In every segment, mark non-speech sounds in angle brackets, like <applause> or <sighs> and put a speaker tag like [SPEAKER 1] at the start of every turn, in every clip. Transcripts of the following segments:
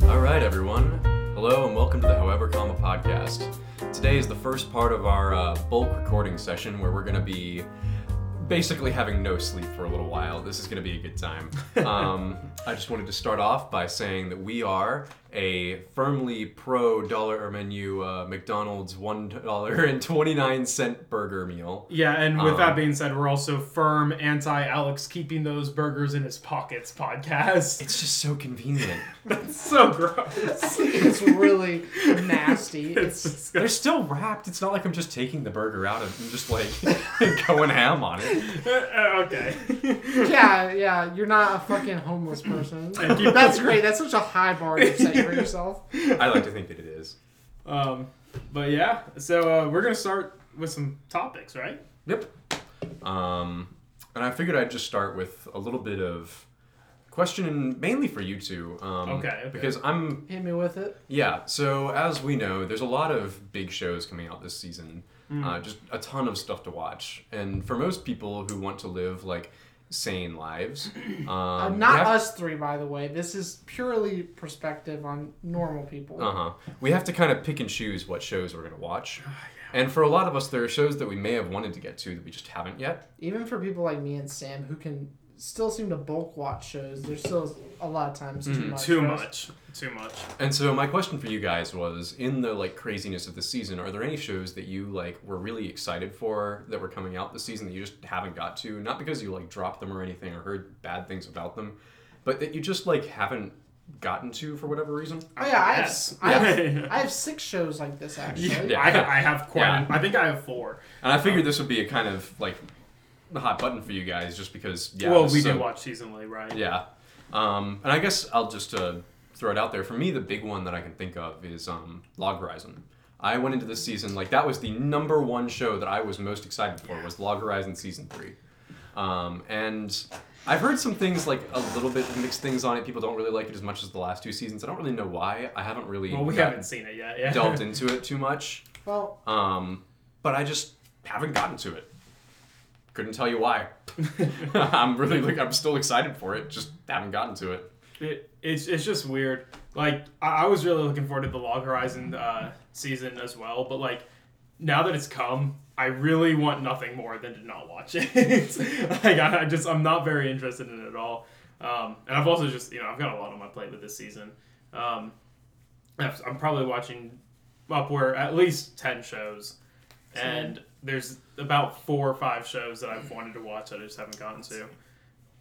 [SPEAKER 1] right, everyone. Hello, and welcome to the However Comma podcast. Today is the first part of our uh, bulk recording session where we're going to be basically having no sleep for a little while. This is going to be a good time. Um, I just wanted to start off by saying that we are a firmly pro dollar menu uh, McDonald's $1.29 burger meal.
[SPEAKER 2] Yeah, and with
[SPEAKER 1] Um,
[SPEAKER 2] that being said, we're also firm anti Alex keeping those burgers in his pockets podcast. <laughs>
[SPEAKER 1] It's just so convenient.
[SPEAKER 2] It's so gross. <laughs>
[SPEAKER 3] It's really nasty.
[SPEAKER 2] It's
[SPEAKER 3] It's
[SPEAKER 2] disgusting.
[SPEAKER 1] They're still wrapped. It's not like I'm just taking the burger out of and just like <laughs> going ham on it.
[SPEAKER 2] okay. <laughs>
[SPEAKER 3] yeah, yeah. You're not a fucking homeless person.
[SPEAKER 2] Thank you.
[SPEAKER 3] That's great. That's such a high bar you set for yourself.
[SPEAKER 1] I like to think that it is.
[SPEAKER 2] Um, but yeah, so uh, we're gonna start with some topics, right?
[SPEAKER 1] Yep. Um, and I figured I'd just start with a little bit of question, mainly for you two. Um,
[SPEAKER 2] Okay, okay.
[SPEAKER 1] Because I'm,
[SPEAKER 3] Hit me with it.
[SPEAKER 1] yeah. So as we know, there's a lot of big shows coming out this season. Uh, just a ton of stuff to watch, and for most people who want to live like sane lives, um,
[SPEAKER 3] Uh, not us three, by the way. This is purely perspective on normal people.
[SPEAKER 1] Uh huh. We have to kind of pick and choose what shows we're gonna watch. And for a lot of us, there are shows that we may have wanted to get to that we just haven't yet.
[SPEAKER 3] Even for people like me and Sam who can still seem to bulk watch shows, there's still a lot of times too much.
[SPEAKER 2] Mm-hmm. Too
[SPEAKER 3] for us.
[SPEAKER 2] much. Too much.
[SPEAKER 1] And so my question for you guys was, in the like craziness of the season, are there any shows that you like were really excited for that were coming out this season that you just haven't got to? Not because you like dropped them or anything or heard bad things about them, but that you just like haven't gotten to for whatever reason.
[SPEAKER 3] Oh, yeah, I have, s-
[SPEAKER 2] <laughs>
[SPEAKER 3] I, have,
[SPEAKER 2] Yeah.
[SPEAKER 3] I have six shows like this, actually.
[SPEAKER 2] Yeah,
[SPEAKER 1] Yeah.
[SPEAKER 2] I, I have quite.
[SPEAKER 1] Yeah.
[SPEAKER 2] I think I have four.
[SPEAKER 1] And I
[SPEAKER 2] Uh,
[SPEAKER 1] figured this would be a kind of like the hot button for you guys, just because. Yeah,
[SPEAKER 2] well,
[SPEAKER 1] this
[SPEAKER 2] we
[SPEAKER 1] is
[SPEAKER 2] do
[SPEAKER 1] a-
[SPEAKER 2] watch seasonally, right?
[SPEAKER 1] Yeah. Um, and I guess I'll just uh, throw it out there. For me, the big one that I can think of is um, Log Horizon. I went into this season like that was the number one show that I was most excited for was Log Horizon season three, um, and I've heard some things like a little bit mixed things on it. People don't really like it as much as the last two seasons. I don't really know why. I haven't really
[SPEAKER 2] Well, we
[SPEAKER 1] got-
[SPEAKER 2] haven't <laughs> seen it yet. Yeah.
[SPEAKER 1] delved <laughs>
[SPEAKER 2] <laughs>
[SPEAKER 1] into it too much,
[SPEAKER 3] Well,
[SPEAKER 1] um, but I just haven't gotten to it. Couldn't tell you why. <laughs> I'm really like I'm still excited for it. Just haven't gotten to it.
[SPEAKER 2] It, it's it's just weird. Like I, I was really looking forward to the Log Horizon uh, season as well, but like now that it's come, I really want nothing more than to not watch <laughs> it. like I, I just I'm not very interested in it at all. Um, and I've also just you know I've got a lot on my plate with this season. Um, I've- I'm probably watching upward at least ten shows, and there's about four or five shows that I've wanted to watch that I just haven't gotten to.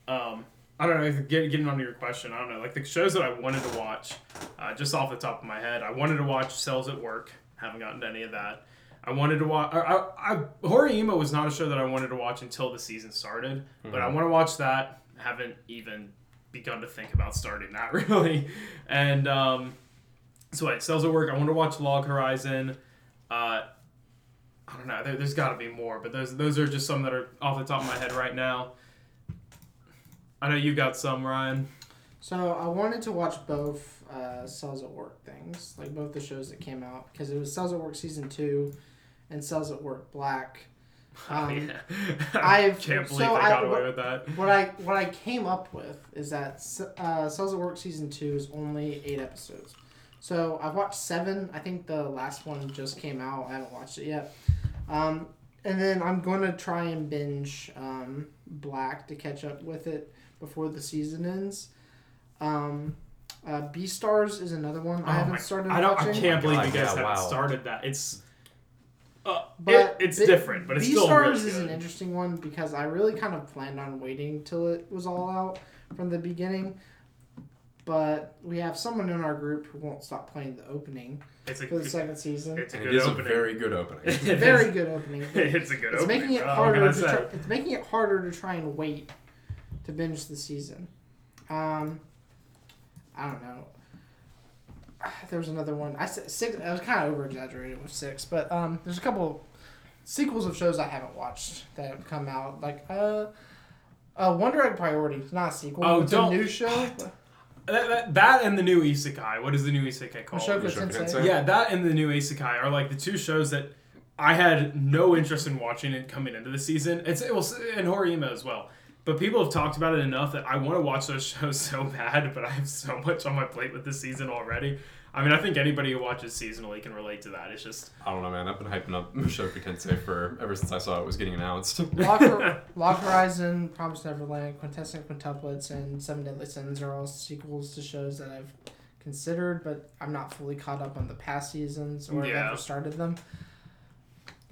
[SPEAKER 2] Um, I don't know. Get, getting onto your question, I don't know. Like the shows that I wanted to watch, uh, just off the top of my head, I wanted to watch Cells at Work. Haven't gotten to any of that. I wanted to watch. I, I, I Horror Emo was not a show that I wanted to watch until the season started, but I want to watch that. haven't even begun to think about starting that <laughs> really. And um, so wait, Cells at Work. I want to watch Log Horizon. Uh, I don't know. There, there's got to be more, but those those are just some that are off the top of my head right now. I know you got some, Ryan.
[SPEAKER 3] So I wanted to watch both uh, Cells at Work things, like both the shows that came out, because it was Cells at Work season two, and Cells at Work Black.
[SPEAKER 2] Oh,
[SPEAKER 3] <laughs> Um,
[SPEAKER 2] <laughs>
[SPEAKER 3] I've-
[SPEAKER 2] can't
[SPEAKER 3] so
[SPEAKER 2] believe they
[SPEAKER 3] I-
[SPEAKER 2] got away with that.
[SPEAKER 3] What I what I came up with is that S- uh, Cells at Work season two is only eight episodes. So I've watched seven. I think the last one just came out. I haven't watched it yet. Um, and then I'm going to try and binge um, Black to catch up with it before the season ends. Um, uh, B Stars is another one
[SPEAKER 2] Oh
[SPEAKER 3] I haven't
[SPEAKER 2] my-
[SPEAKER 3] started
[SPEAKER 2] I don't.
[SPEAKER 3] watching.
[SPEAKER 2] I can't
[SPEAKER 1] Oh my
[SPEAKER 2] believe
[SPEAKER 1] God,
[SPEAKER 2] you guys
[SPEAKER 1] yeah,
[SPEAKER 2] haven't
[SPEAKER 1] wow.
[SPEAKER 2] started that. It's. Uh,
[SPEAKER 3] But
[SPEAKER 2] it, it's
[SPEAKER 3] B-
[SPEAKER 2] different, but it's still
[SPEAKER 3] B-Stars
[SPEAKER 2] really
[SPEAKER 3] is an
[SPEAKER 2] good.
[SPEAKER 3] interesting one because I really kind of planned on waiting till it was all out from the beginning. But we have someone in our group who won't stop playing the opening
[SPEAKER 2] It's
[SPEAKER 3] for the
[SPEAKER 2] a,
[SPEAKER 3] second
[SPEAKER 2] <laughs>
[SPEAKER 3] season.
[SPEAKER 2] it's a
[SPEAKER 1] And
[SPEAKER 2] good
[SPEAKER 1] it is
[SPEAKER 2] opening.
[SPEAKER 1] a very good <laughs> opening.
[SPEAKER 2] It is-
[SPEAKER 3] <laughs> Very good opening.
[SPEAKER 2] <laughs>
[SPEAKER 3] but
[SPEAKER 2] It's a good
[SPEAKER 3] It's
[SPEAKER 2] opening.
[SPEAKER 3] making it
[SPEAKER 2] bro. Oh What
[SPEAKER 3] harder.
[SPEAKER 2] can I
[SPEAKER 3] To
[SPEAKER 2] say?
[SPEAKER 3] try, it's making it harder to try and wait to binge the season. Um, I don't know. <sighs> There was another one. I said six. I was kind of over exaggerated with six, but um, there's a couple sequels of shows I haven't watched that have come out. Like uh, uh Wonder Egg Priority. It's not a sequel.
[SPEAKER 2] Oh,
[SPEAKER 3] it's
[SPEAKER 2] don't-
[SPEAKER 3] a new show.
[SPEAKER 2] That, that, that and the new isekai. What is the new isekai called?
[SPEAKER 3] Mashoka
[SPEAKER 1] Mashoka
[SPEAKER 3] Sensei.
[SPEAKER 1] Tensei.
[SPEAKER 2] Yeah, that and the new Isekai are like the two shows that I had no interest in watching it coming into the season. It's it was and Horima as well. But people have talked about it enough that I want to watch those <laughs> shows so bad, but I have so much on my plate with this season already. I mean, I think anybody who watches seasonally can relate to that. It's just
[SPEAKER 1] I don't know, man. I've been hyping up Mushoku Tensei for ever since I saw it was getting announced.
[SPEAKER 2] <laughs>
[SPEAKER 3] Lock, Lock Horizon, Promise Neverland, Quintessence Quintuplets, and Seven Deadly Sins are all sequels to shows that I've considered, but I'm not fully caught up on the past seasons or
[SPEAKER 2] Yeah.
[SPEAKER 3] have ever started them.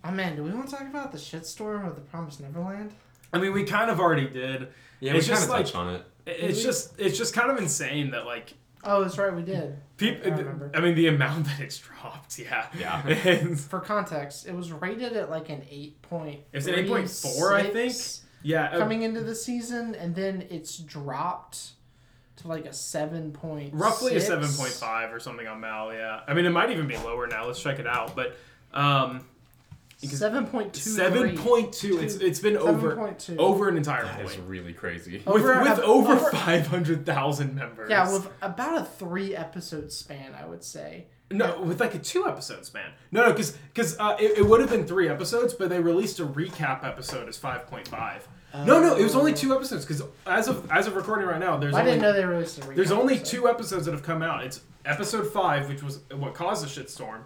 [SPEAKER 3] Oh man, do we want to talk about the shitstorm of the Promise Neverland?
[SPEAKER 2] I mean, we kind of already did.
[SPEAKER 1] yeah, we
[SPEAKER 2] It's
[SPEAKER 1] kind
[SPEAKER 2] just
[SPEAKER 1] of touched
[SPEAKER 2] like-
[SPEAKER 1] on it.
[SPEAKER 2] It- It's just it's just kind of insane that like
[SPEAKER 3] Oh, that's right, we did.
[SPEAKER 2] people.
[SPEAKER 3] I remember.
[SPEAKER 2] I mean, the amount <laughs> that it's dropped. Yeah.
[SPEAKER 1] Yeah.
[SPEAKER 2] <laughs> It's-
[SPEAKER 3] For context, it was rated at like an eight point.
[SPEAKER 2] It was an 8.4, I think. yeah. uh,
[SPEAKER 3] coming into the season, and then it's dropped to like a seven point.
[SPEAKER 2] roughly a seven point five or something on Mal. Yeah. I mean, it might even be lower now. Let's check it out. But um, Because-
[SPEAKER 3] Seven point two.
[SPEAKER 2] seven point two. It's it's been over
[SPEAKER 3] 7.2.
[SPEAKER 2] over an entire
[SPEAKER 1] That is
[SPEAKER 2] point.
[SPEAKER 1] really crazy.
[SPEAKER 3] Oh.
[SPEAKER 2] With,
[SPEAKER 3] Over-
[SPEAKER 2] with over,
[SPEAKER 3] over-
[SPEAKER 2] 500,000 members.
[SPEAKER 3] Yeah, with about a three episode span, I would say.
[SPEAKER 2] No, with like a two episode span. No, no, because because uh, it, it would have been three episodes, but they released a recap episode as five point five.
[SPEAKER 3] Oh.
[SPEAKER 2] no, no, it was only two episodes because as of as of recording right now, there's
[SPEAKER 3] I
[SPEAKER 2] only
[SPEAKER 3] didn't know they released a
[SPEAKER 2] there's
[SPEAKER 3] recap,
[SPEAKER 2] only
[SPEAKER 3] so-
[SPEAKER 2] two episodes that have come out. It's episode five, which was what caused the shitstorm.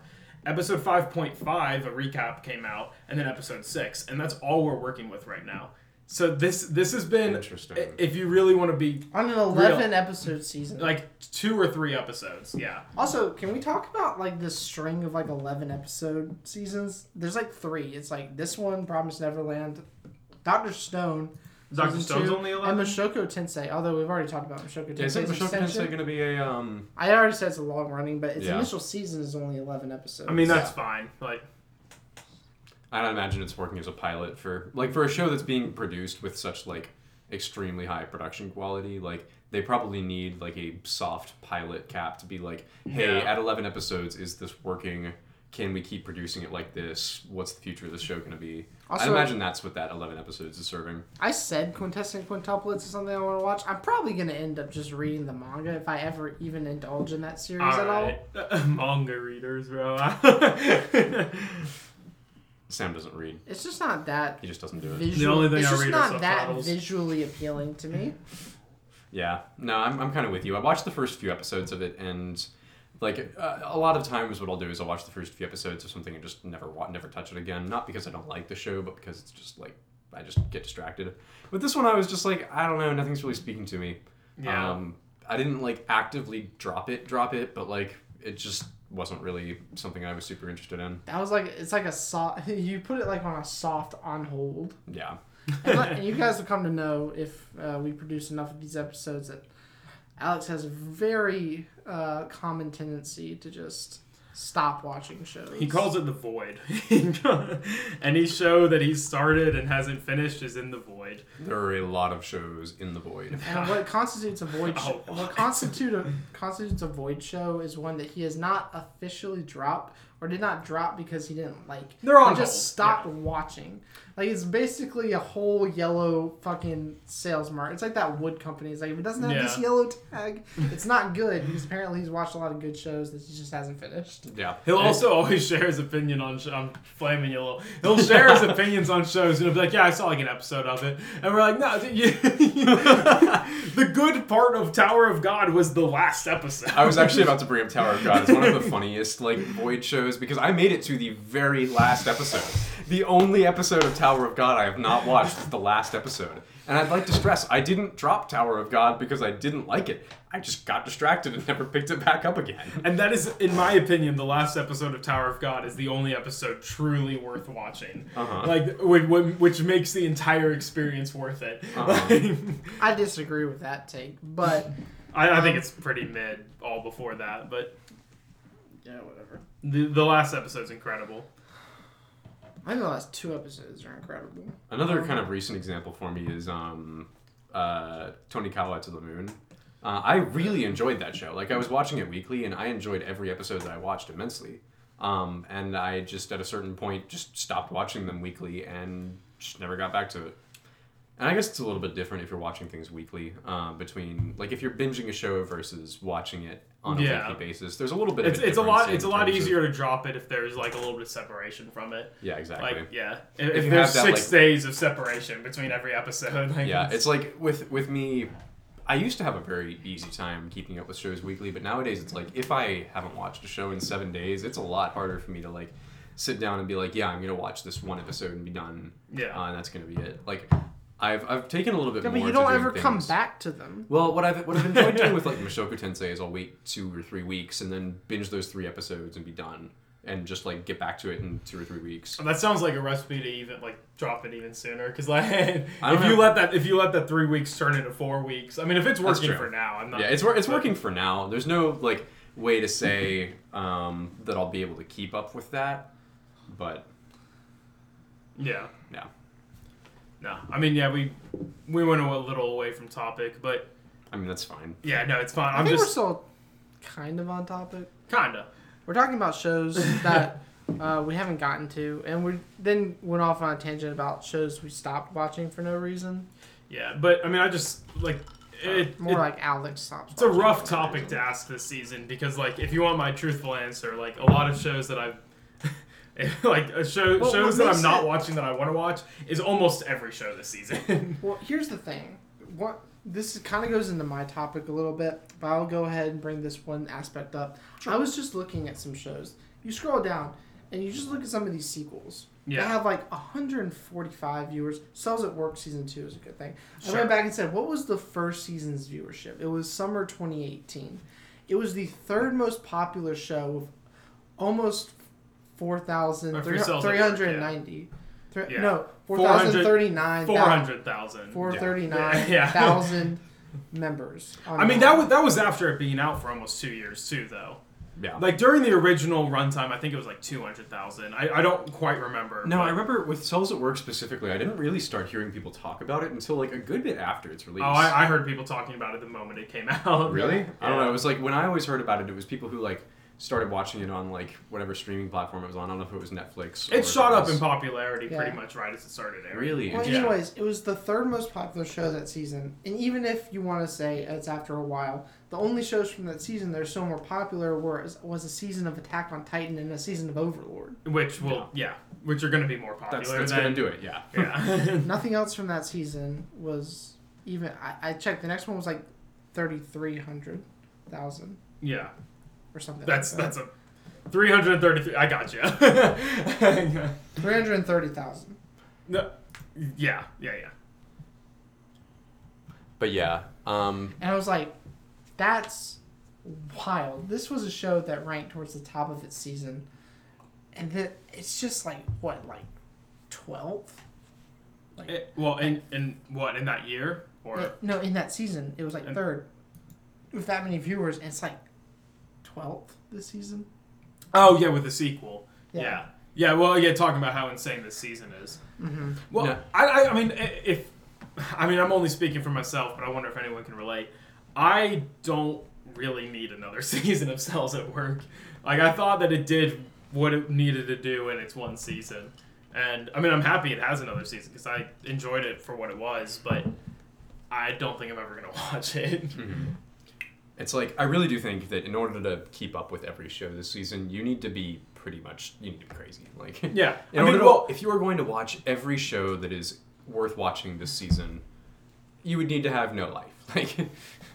[SPEAKER 2] Episode five point five, a recap came out, and then episode six, and that's all we're working with right now. So this this has been
[SPEAKER 1] Interesting.
[SPEAKER 2] i- If you really want to be
[SPEAKER 3] on an eleven episode season.
[SPEAKER 2] like two or three episodes, yeah.
[SPEAKER 3] also, can we talk about like this string of like eleven episode seasons? There's like three. It's like this one, Promise Neverland, Doctor Stone.
[SPEAKER 2] Doctor
[SPEAKER 3] season
[SPEAKER 2] Stone's
[SPEAKER 3] two,
[SPEAKER 2] only eleven.
[SPEAKER 3] And Mashoko Tensei. Although we've already talked about Mashoko
[SPEAKER 1] Yeah,
[SPEAKER 3] Tensei's
[SPEAKER 1] isn't Mushoku Tensei
[SPEAKER 3] extension.
[SPEAKER 1] going to be a um?
[SPEAKER 3] I already said it's a long running, but its
[SPEAKER 1] Yeah.
[SPEAKER 3] initial season is only eleven episodes.
[SPEAKER 2] I mean that's fine. Like
[SPEAKER 1] I don't imagine it's working as a pilot for like for a show that's being produced with such like extremely high production quality. Like they probably need like a soft pilot cap to be like, hey,
[SPEAKER 2] Yeah.
[SPEAKER 1] at eleven episodes, is this working? Can we keep producing it like this? What's the future of the show going to be? I
[SPEAKER 3] Also-
[SPEAKER 1] imagine that's what that eleven episodes is serving.
[SPEAKER 3] I said quintessent quintuplets is something I want to watch. I'm probably gonna end up just reading the manga if I ever even indulge in that series at all.
[SPEAKER 2] alright. <laughs> manga readers, bro. <laughs> the
[SPEAKER 1] Sam doesn't read;
[SPEAKER 3] It's just not that
[SPEAKER 1] he just doesn't do it.
[SPEAKER 3] visual.
[SPEAKER 2] only thing
[SPEAKER 3] it's
[SPEAKER 2] I
[SPEAKER 3] just
[SPEAKER 2] read are
[SPEAKER 3] not that
[SPEAKER 2] subtitles.
[SPEAKER 3] visually appealing to me.
[SPEAKER 1] Yeah, no, I'm I'm kind of with you. I watched the first few episodes of it and. Like uh, a lot of times, what I'll do is I'll watch the first few episodes of something and just never wa- never touch it again. Not because I don't like the show, but because it's just like I just get distracted. With this one, I was just like, I don't know, nothing's really speaking to me.
[SPEAKER 2] Yeah.
[SPEAKER 1] Um, I didn't like actively drop it, drop it, but like it just wasn't really something I was super interested in.
[SPEAKER 3] That was like it's like a soft. <laughs> You put it like on a soft on hold.
[SPEAKER 1] Yeah,
[SPEAKER 3] And, let- and you guys will come to know if uh, we produce enough of these episodes that Alex has a very uh, common tendency to just stop watching shows.
[SPEAKER 2] he calls it the void. <laughs> Any show that he started and hasn't finished is in the void.
[SPEAKER 1] there are a lot of shows in the void.
[SPEAKER 3] And what constitutes a void show,
[SPEAKER 2] Oh,
[SPEAKER 3] what constitute a, constitutes a void show is one that he has not officially dropped or did not drop because he didn't like.
[SPEAKER 2] They're on
[SPEAKER 3] Or just
[SPEAKER 2] hold,
[SPEAKER 3] stopped watching. Like it's basically a whole yellow fucking sales mark. It's like that wood company. It's like if it doesn't have this
[SPEAKER 2] Yeah.
[SPEAKER 3] yellow tag, it's not good because apparently he's watched a lot of good shows that he just hasn't finished.
[SPEAKER 1] Yeah,
[SPEAKER 2] He'll
[SPEAKER 1] And-
[SPEAKER 2] also always share his opinion on. Sh- I'm flaming yellow. He'll share
[SPEAKER 1] <laughs>
[SPEAKER 2] his opinions on shows, and he'll be like, "Yeah, I saw like an episode of it," and we're like, "No, <laughs> dude, you- the good part of Tower of God was the last episode."
[SPEAKER 1] I was actually about to bring up Tower of God. It's one of the funniest like void shows because I made it to the very last episode. The only episode of Tower of God I have not watched is the last episode. And I'd like to stress I didn't drop Tower of God because I didn't like it. I just got distracted and never picked it back up again.
[SPEAKER 2] <laughs> And that is, in my opinion, the last episode of Tower of God is the only episode truly worth watching.
[SPEAKER 1] Uh-huh.
[SPEAKER 2] Like, whi- whi- which makes the entire experience worth it.
[SPEAKER 1] Uh-huh.
[SPEAKER 3] I disagree with that take, but
[SPEAKER 2] <laughs> I, I think it's pretty mid all before that, but
[SPEAKER 3] <laughs> yeah, whatever.
[SPEAKER 2] the, the last episode's incredible.
[SPEAKER 3] I think the last two episodes are incredible.
[SPEAKER 1] Another kind of recent example for me is um, uh, Tony Kawa to the Moon. Uh, I really enjoyed that show. Like I was watching it weekly, and I enjoyed every episode that I watched immensely. Um, and I just at a certain point just stopped watching them weekly and just never got back to it. And I guess it's a little bit different if you're watching things weekly uh, between like if you're binging a show versus watching it on a
[SPEAKER 2] Yeah.
[SPEAKER 1] weekly basis. There's a little bit.
[SPEAKER 2] It's,
[SPEAKER 1] of a
[SPEAKER 2] it's a
[SPEAKER 1] difference
[SPEAKER 2] lot
[SPEAKER 1] in
[SPEAKER 2] it's a lot
[SPEAKER 1] terms of-
[SPEAKER 2] easier to drop it if there's like a little bit of separation from it.
[SPEAKER 1] yeah, exactly.
[SPEAKER 2] Like yeah, if,
[SPEAKER 1] If
[SPEAKER 2] if
[SPEAKER 1] you
[SPEAKER 2] there's
[SPEAKER 1] have that,
[SPEAKER 2] six days of separation between every episode, <laughs> like
[SPEAKER 1] yeah, it's like with with me. I used to have a very easy time keeping up with shows weekly, but nowadays it's like if I haven't watched a show in seven days, it's a lot harder for me to like sit down and be like, yeah, I'm gonna watch this one episode and be done,
[SPEAKER 2] yeah.
[SPEAKER 1] uh, and that's gonna be it. Like, I've I've taken a little bit
[SPEAKER 3] Yeah,
[SPEAKER 1] more.
[SPEAKER 3] but you
[SPEAKER 1] to
[SPEAKER 3] don't
[SPEAKER 1] doing
[SPEAKER 3] ever come
[SPEAKER 1] things.
[SPEAKER 3] back to them.
[SPEAKER 1] Well, what I've what I've enjoyed doing with
[SPEAKER 3] <laughs>
[SPEAKER 1] like Mashoku Tensei is I'll wait two or three weeks and then binge those three episodes and be done, and just like get back to it in two or three weeks.
[SPEAKER 2] That sounds like a recipe to even like drop it even sooner, because like <laughs> if
[SPEAKER 1] I don't
[SPEAKER 2] you
[SPEAKER 1] know.
[SPEAKER 2] let that if you let that three weeks turn into four weeks, I mean if it's
[SPEAKER 1] That's
[SPEAKER 2] working
[SPEAKER 1] true.
[SPEAKER 2] for now, I'm not.
[SPEAKER 1] Yeah, it's wor- it's
[SPEAKER 2] but-
[SPEAKER 1] working for now. There's no like way to say um, that I'll be able to keep up with that, but
[SPEAKER 2] Yeah.
[SPEAKER 1] Yeah.
[SPEAKER 2] No, I mean yeah, we we went a little away from topic, but
[SPEAKER 1] I mean that's fine.
[SPEAKER 2] yeah, no, it's fine.
[SPEAKER 3] I
[SPEAKER 2] I'm
[SPEAKER 3] think we're
[SPEAKER 2] just
[SPEAKER 3] still kind of on topic.
[SPEAKER 2] kinda.
[SPEAKER 3] We're talking
[SPEAKER 2] <laughs>
[SPEAKER 3] about shows that uh, we haven't gotten to, and we then went off on a tangent about shows we stopped watching for no reason.
[SPEAKER 2] Yeah, but I mean, I just like it.
[SPEAKER 3] More
[SPEAKER 2] it-
[SPEAKER 3] like Alex stops.
[SPEAKER 2] it's a
[SPEAKER 3] watching
[SPEAKER 2] rough
[SPEAKER 3] for no
[SPEAKER 2] topic
[SPEAKER 3] reason.
[SPEAKER 2] to ask this season because, like, if you want my truthful answer, like a lot of shows that I've. <laughs> like a show,
[SPEAKER 3] Well,
[SPEAKER 2] shows
[SPEAKER 3] what
[SPEAKER 2] that I'm
[SPEAKER 3] makes
[SPEAKER 2] not
[SPEAKER 3] it-
[SPEAKER 2] watching that I want to watch is almost every show this
[SPEAKER 3] <laughs>
[SPEAKER 2] season.
[SPEAKER 3] Well, here's the thing. What this kind of goes into my topic a little bit, but I'll go ahead and bring this one aspect up. I was just looking at some shows. You scroll down, and you just look at some of these sequels. They
[SPEAKER 2] yeah,
[SPEAKER 3] have like 145 viewers. Cells at Work season two is a good thing. I
[SPEAKER 2] Sure.
[SPEAKER 3] went back and said, what was the first season's viewership? It was summer 2018. It was the third most popular show with almost
[SPEAKER 2] Or for Cells at Work,
[SPEAKER 3] 4,390. Thre-
[SPEAKER 2] Yeah.
[SPEAKER 3] No,
[SPEAKER 2] 400 four
[SPEAKER 3] 4,039,000
[SPEAKER 2] hundred thousand. <laughs> Yeah.
[SPEAKER 3] 439,000 members.
[SPEAKER 2] I mean, that was that was after it being out for almost two years too, though.
[SPEAKER 1] Yeah.
[SPEAKER 2] Like during the original runtime, I think it was like two hundred thousand. I, I don't quite remember.
[SPEAKER 1] No,
[SPEAKER 2] but-
[SPEAKER 1] I remember with Cells at Work specifically, I didn't really start hearing people talk about it until like a good bit after its release.
[SPEAKER 2] Oh, I, I heard people talking about it the moment it came <laughs> out.
[SPEAKER 1] Really? I don't
[SPEAKER 2] Yeah.
[SPEAKER 1] know. It was like when I always heard about it, it was people who like started watching it on like whatever streaming platform it was on. I don't know if it was Netflix. or
[SPEAKER 2] It
[SPEAKER 1] if
[SPEAKER 2] shot up
[SPEAKER 1] was-
[SPEAKER 2] in popularity
[SPEAKER 3] Yeah.
[SPEAKER 2] pretty much right as it started airing.
[SPEAKER 1] really.
[SPEAKER 3] Well,
[SPEAKER 2] Yeah.
[SPEAKER 3] anyways, it was the third most popular show that season, and even if you want to say it's after a while, the only shows from that season that are still more popular were was a season of Attack on Titan and a season of Overlord.
[SPEAKER 2] Which will, yeah, which are going to be more popular.
[SPEAKER 1] That's, that's gonna
[SPEAKER 2] than,
[SPEAKER 1] do it. Yeah.
[SPEAKER 2] Yeah.
[SPEAKER 1] <laughs>
[SPEAKER 2] <laughs>
[SPEAKER 3] Nothing else from that season was even. I, I checked. The next one was like thirty three hundred thousand
[SPEAKER 2] yeah.
[SPEAKER 3] or something.
[SPEAKER 2] That's
[SPEAKER 3] like
[SPEAKER 2] that's a 333. I got you.
[SPEAKER 3] that. three hundred thirty thousand.
[SPEAKER 2] <laughs> no, yeah, yeah, yeah.
[SPEAKER 1] But yeah. Um.
[SPEAKER 3] And I was like, that's wild. This was a show that ranked towards the top of its season. And that it's just like what, like twelfth? Like
[SPEAKER 2] It- well, in in what in that year or
[SPEAKER 3] Yeah, no, in that season it was like
[SPEAKER 2] And-
[SPEAKER 3] third. With that many viewers, and it's like twelfth this season.
[SPEAKER 2] oh yeah, with the sequel.
[SPEAKER 3] Yeah.
[SPEAKER 2] Yeah. yeah. well, yeah, talking about how insane this season is.
[SPEAKER 3] Mm-hmm.
[SPEAKER 2] Well,
[SPEAKER 1] No.
[SPEAKER 2] I, I, I mean, i- if I mean, I'm only speaking for myself, but I wonder if anyone can relate. I don't really need another <laughs> season of Cells at Work. Like, I thought that it did what it needed to do in its one season, and I mean, I'm happy it has another season because I enjoyed it for what it was, but I don't think I'm ever gonna <laughs> watch it.
[SPEAKER 1] Hmm. Mm-hmm. It's like I really do think that in order to keep up with every show this season, you need to be pretty much you need to be crazy. Like <laughs> in
[SPEAKER 2] yeah, I
[SPEAKER 1] order
[SPEAKER 2] mean,
[SPEAKER 1] to,
[SPEAKER 2] well,
[SPEAKER 1] if you were going to watch every show that is worth watching this season, you would need to have no life. <laughs> Like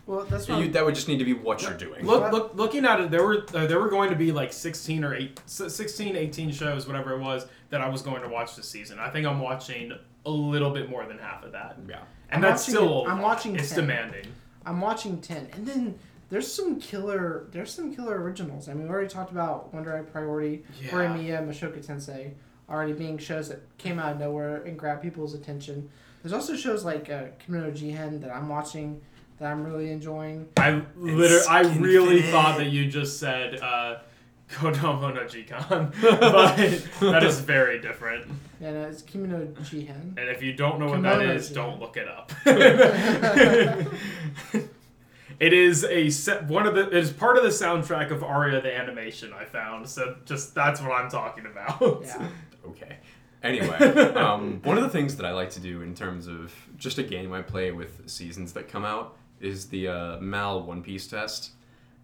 [SPEAKER 3] Well, that's what
[SPEAKER 1] you,
[SPEAKER 3] I'm-
[SPEAKER 1] that would just need to be what you're doing.
[SPEAKER 2] look, look, looking at it, there were uh, there were going to be like 16 or eight, s- 16, 18 shows, whatever it was, that I was going to watch this season. I think I'm watching a little bit more than half of that.
[SPEAKER 1] Yeah.
[SPEAKER 2] And
[SPEAKER 3] I'm
[SPEAKER 2] that's
[SPEAKER 3] watching
[SPEAKER 2] still
[SPEAKER 3] it- I'm watching
[SPEAKER 2] it's
[SPEAKER 3] 10.
[SPEAKER 2] demanding.
[SPEAKER 3] I'm watching ten, and then there's some killer. There's some killer originals. I mean, we already talked about Wonder Eye Priority,
[SPEAKER 2] Yeah.
[SPEAKER 3] Horimiya, Mashoka Tensei, already being shows that came out of nowhere and grabbed people's attention. There's also shows like uh, Kimono Jihen that I'm watching that I'm really enjoying.
[SPEAKER 2] I literally I
[SPEAKER 1] skin
[SPEAKER 2] really
[SPEAKER 1] thin.
[SPEAKER 2] thought that you just said uh Kodomo no Jikan, <laughs> but that is very different.
[SPEAKER 3] And uh, it's Kimono
[SPEAKER 2] <laughs>
[SPEAKER 3] Jihen.
[SPEAKER 2] And if you don't know what that
[SPEAKER 3] Kimono
[SPEAKER 2] is,
[SPEAKER 3] Jikan.
[SPEAKER 2] don't look it
[SPEAKER 3] <laughs>
[SPEAKER 2] up. <laughs> it is a set one of the it is part of the soundtrack of Aria the animation I found. So just that's what I'm talking about.
[SPEAKER 3] Yeah.
[SPEAKER 1] okay.
[SPEAKER 2] <laughs>
[SPEAKER 1] Anyway, um, one of the things that I like to do in terms of just a game I play with seasons that come out is the uh, Mal One Piece test.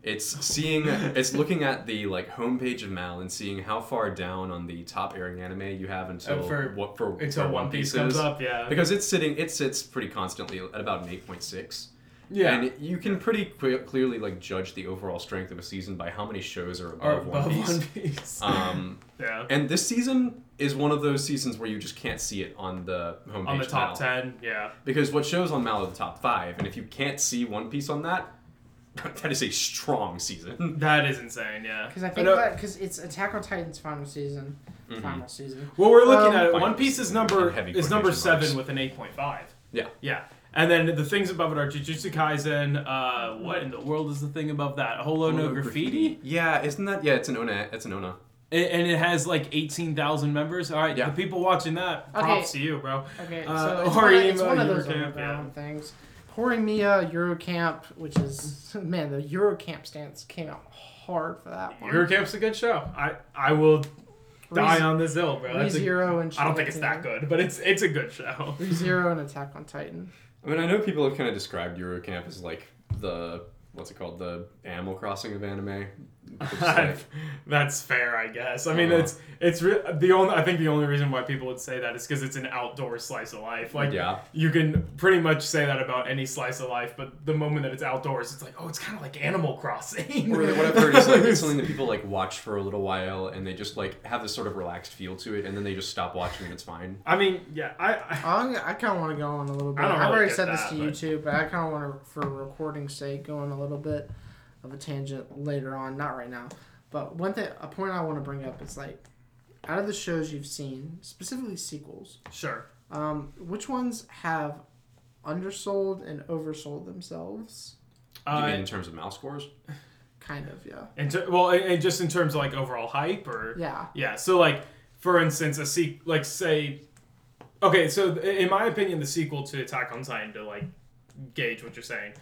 [SPEAKER 1] It's
[SPEAKER 2] <laughs>
[SPEAKER 1] seeing, it's looking at the like homepage of Mal and seeing how far down on the top airing anime you have until
[SPEAKER 2] Oh, for-
[SPEAKER 1] what for
[SPEAKER 2] Until
[SPEAKER 1] where
[SPEAKER 2] One Piece comes
[SPEAKER 1] is.
[SPEAKER 2] up, yeah.
[SPEAKER 1] Because it's sitting, it sits pretty constantly at about an eight point six.
[SPEAKER 2] yeah.
[SPEAKER 1] and it- you can pretty que- clearly like judge the overall strength of a season by how many shows are
[SPEAKER 2] or
[SPEAKER 1] above,
[SPEAKER 2] above
[SPEAKER 1] One Piece.
[SPEAKER 2] One Piece.
[SPEAKER 1] Um,
[SPEAKER 2] yeah.
[SPEAKER 1] and this season is one of those seasons where you just can't see it on the homepage
[SPEAKER 2] On the top
[SPEAKER 1] now.
[SPEAKER 2] ten, yeah.
[SPEAKER 1] because what shows on Mal are the top five, and if you can't see One Piece on that, <laughs> that is a strong
[SPEAKER 2] <laughs>
[SPEAKER 1] season.
[SPEAKER 2] That is insane, yeah.
[SPEAKER 3] Because I
[SPEAKER 2] But,
[SPEAKER 3] think
[SPEAKER 2] uh,
[SPEAKER 3] that because it's Attack on Titan's final season, final season.
[SPEAKER 2] Well, we're looking at it.
[SPEAKER 1] Um,
[SPEAKER 2] One Piece is number
[SPEAKER 1] in heavy
[SPEAKER 2] is number
[SPEAKER 1] quotation marks.
[SPEAKER 2] seven with an eight point five.
[SPEAKER 1] Yeah.
[SPEAKER 2] Yeah. And then the things above it are Jujutsu Kaisen. Uh, what in the world is the thing above that? Holo no Graffiti.
[SPEAKER 1] Yeah, isn't that? Yeah, it's an Ona. It's an Ona.
[SPEAKER 2] A- And it has like eighteen thousand members. All right,
[SPEAKER 1] Yeah.
[SPEAKER 2] the people watching that,
[SPEAKER 3] Okay.
[SPEAKER 2] props to you, bro.
[SPEAKER 3] Okay,
[SPEAKER 2] Uh,
[SPEAKER 3] so it's,
[SPEAKER 2] or
[SPEAKER 3] one of, it's
[SPEAKER 2] emo
[SPEAKER 3] one of those
[SPEAKER 2] Eurocamp,
[SPEAKER 3] underground things. Horimiya Eurocamp, which is <laughs> man, the Eurocamp stance came out hard for that one.
[SPEAKER 2] Eurocamp's a good show. I I will die on this hill, bro. That's a-
[SPEAKER 3] Rezero and
[SPEAKER 2] I don't think it's that
[SPEAKER 3] Shingeki.
[SPEAKER 2] good, but it's it's a good show.
[SPEAKER 3] Rezero and Attack on Titan.
[SPEAKER 1] I mean, I know people have kind of described Eurocamp as like the what's it called, the Animal Crossing of anime. Which
[SPEAKER 2] <laughs>
[SPEAKER 1] is like-
[SPEAKER 2] That's fair, I guess. I mean,
[SPEAKER 1] Uh-huh.
[SPEAKER 2] it's it's re- the only. I think the only reason why people would say that is because it's an outdoor slice of life. Like,
[SPEAKER 1] Yeah.
[SPEAKER 2] you can pretty much say that about any slice of life, but the moment that it's outdoors, it's like, oh, it's kind of like Animal Crossing
[SPEAKER 1] or whatever it is, like
[SPEAKER 2] <laughs>
[SPEAKER 1] it's something that people like watch for a little while, and they just like have this sort of relaxed feel to it, and then they just stop watching, and it's fine.
[SPEAKER 2] I mean, yeah, I, I
[SPEAKER 3] I'm, I kind of want to go on a little bit.
[SPEAKER 2] I don't
[SPEAKER 3] I've
[SPEAKER 2] really
[SPEAKER 3] already
[SPEAKER 2] get
[SPEAKER 3] said this
[SPEAKER 2] that,
[SPEAKER 3] to you too, but I kind of want to, for recording's sake, go on a little bit of a tangent later on. Not right now, but one thing, a point I want to bring up is like, out of the shows you've seen, specifically sequels,
[SPEAKER 2] sure.
[SPEAKER 3] um, which ones have undersold and oversold themselves?
[SPEAKER 1] you
[SPEAKER 2] Uh,
[SPEAKER 1] mean in terms of mouse scores?
[SPEAKER 3] Kind of, yeah,
[SPEAKER 2] in ter- well, and, and just in terms of like overall hype, or
[SPEAKER 3] yeah.
[SPEAKER 2] Yeah. So like, for instance, a sequel, like say, okay. So th- in my opinion, the sequel to Attack on Titan to like gauge what you're saying,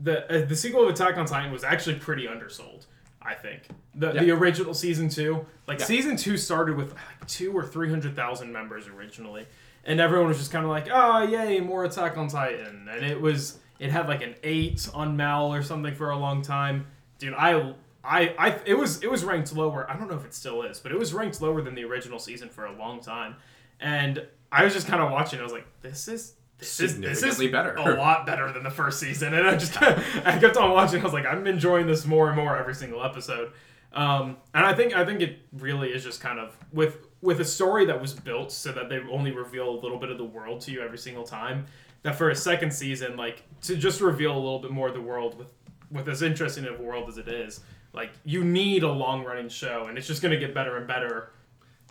[SPEAKER 2] the uh, the sequel of Attack on Titan was actually pretty undersold. I think the the
[SPEAKER 1] Yeah.
[SPEAKER 2] original season two, like
[SPEAKER 1] Yeah.
[SPEAKER 2] season two started with like two or three hundred thousand members originally, and everyone was just kind of like, oh yay, more Attack on Titan, and it was it had like an eight on Mal or something for a long time. Dude, I I, I it was it was ranked lower. I don't know if it still is, but it was ranked lower than the original season for a long time. And I was just kind of watching. I was like, this is this is this is
[SPEAKER 1] Significantly better.
[SPEAKER 2] a lot better than the first season. And I just <laughs> I kept on watching. I was like, I'm enjoying this more and more every single episode. Um, and I think I think it really is just kind of with with a story that was built so that they only reveal a little bit of the world to you every single time. That for a second season, like to just reveal a little bit more of the world with with as interesting of a world as it is, like you need a long running show, and it's just going to get better and better.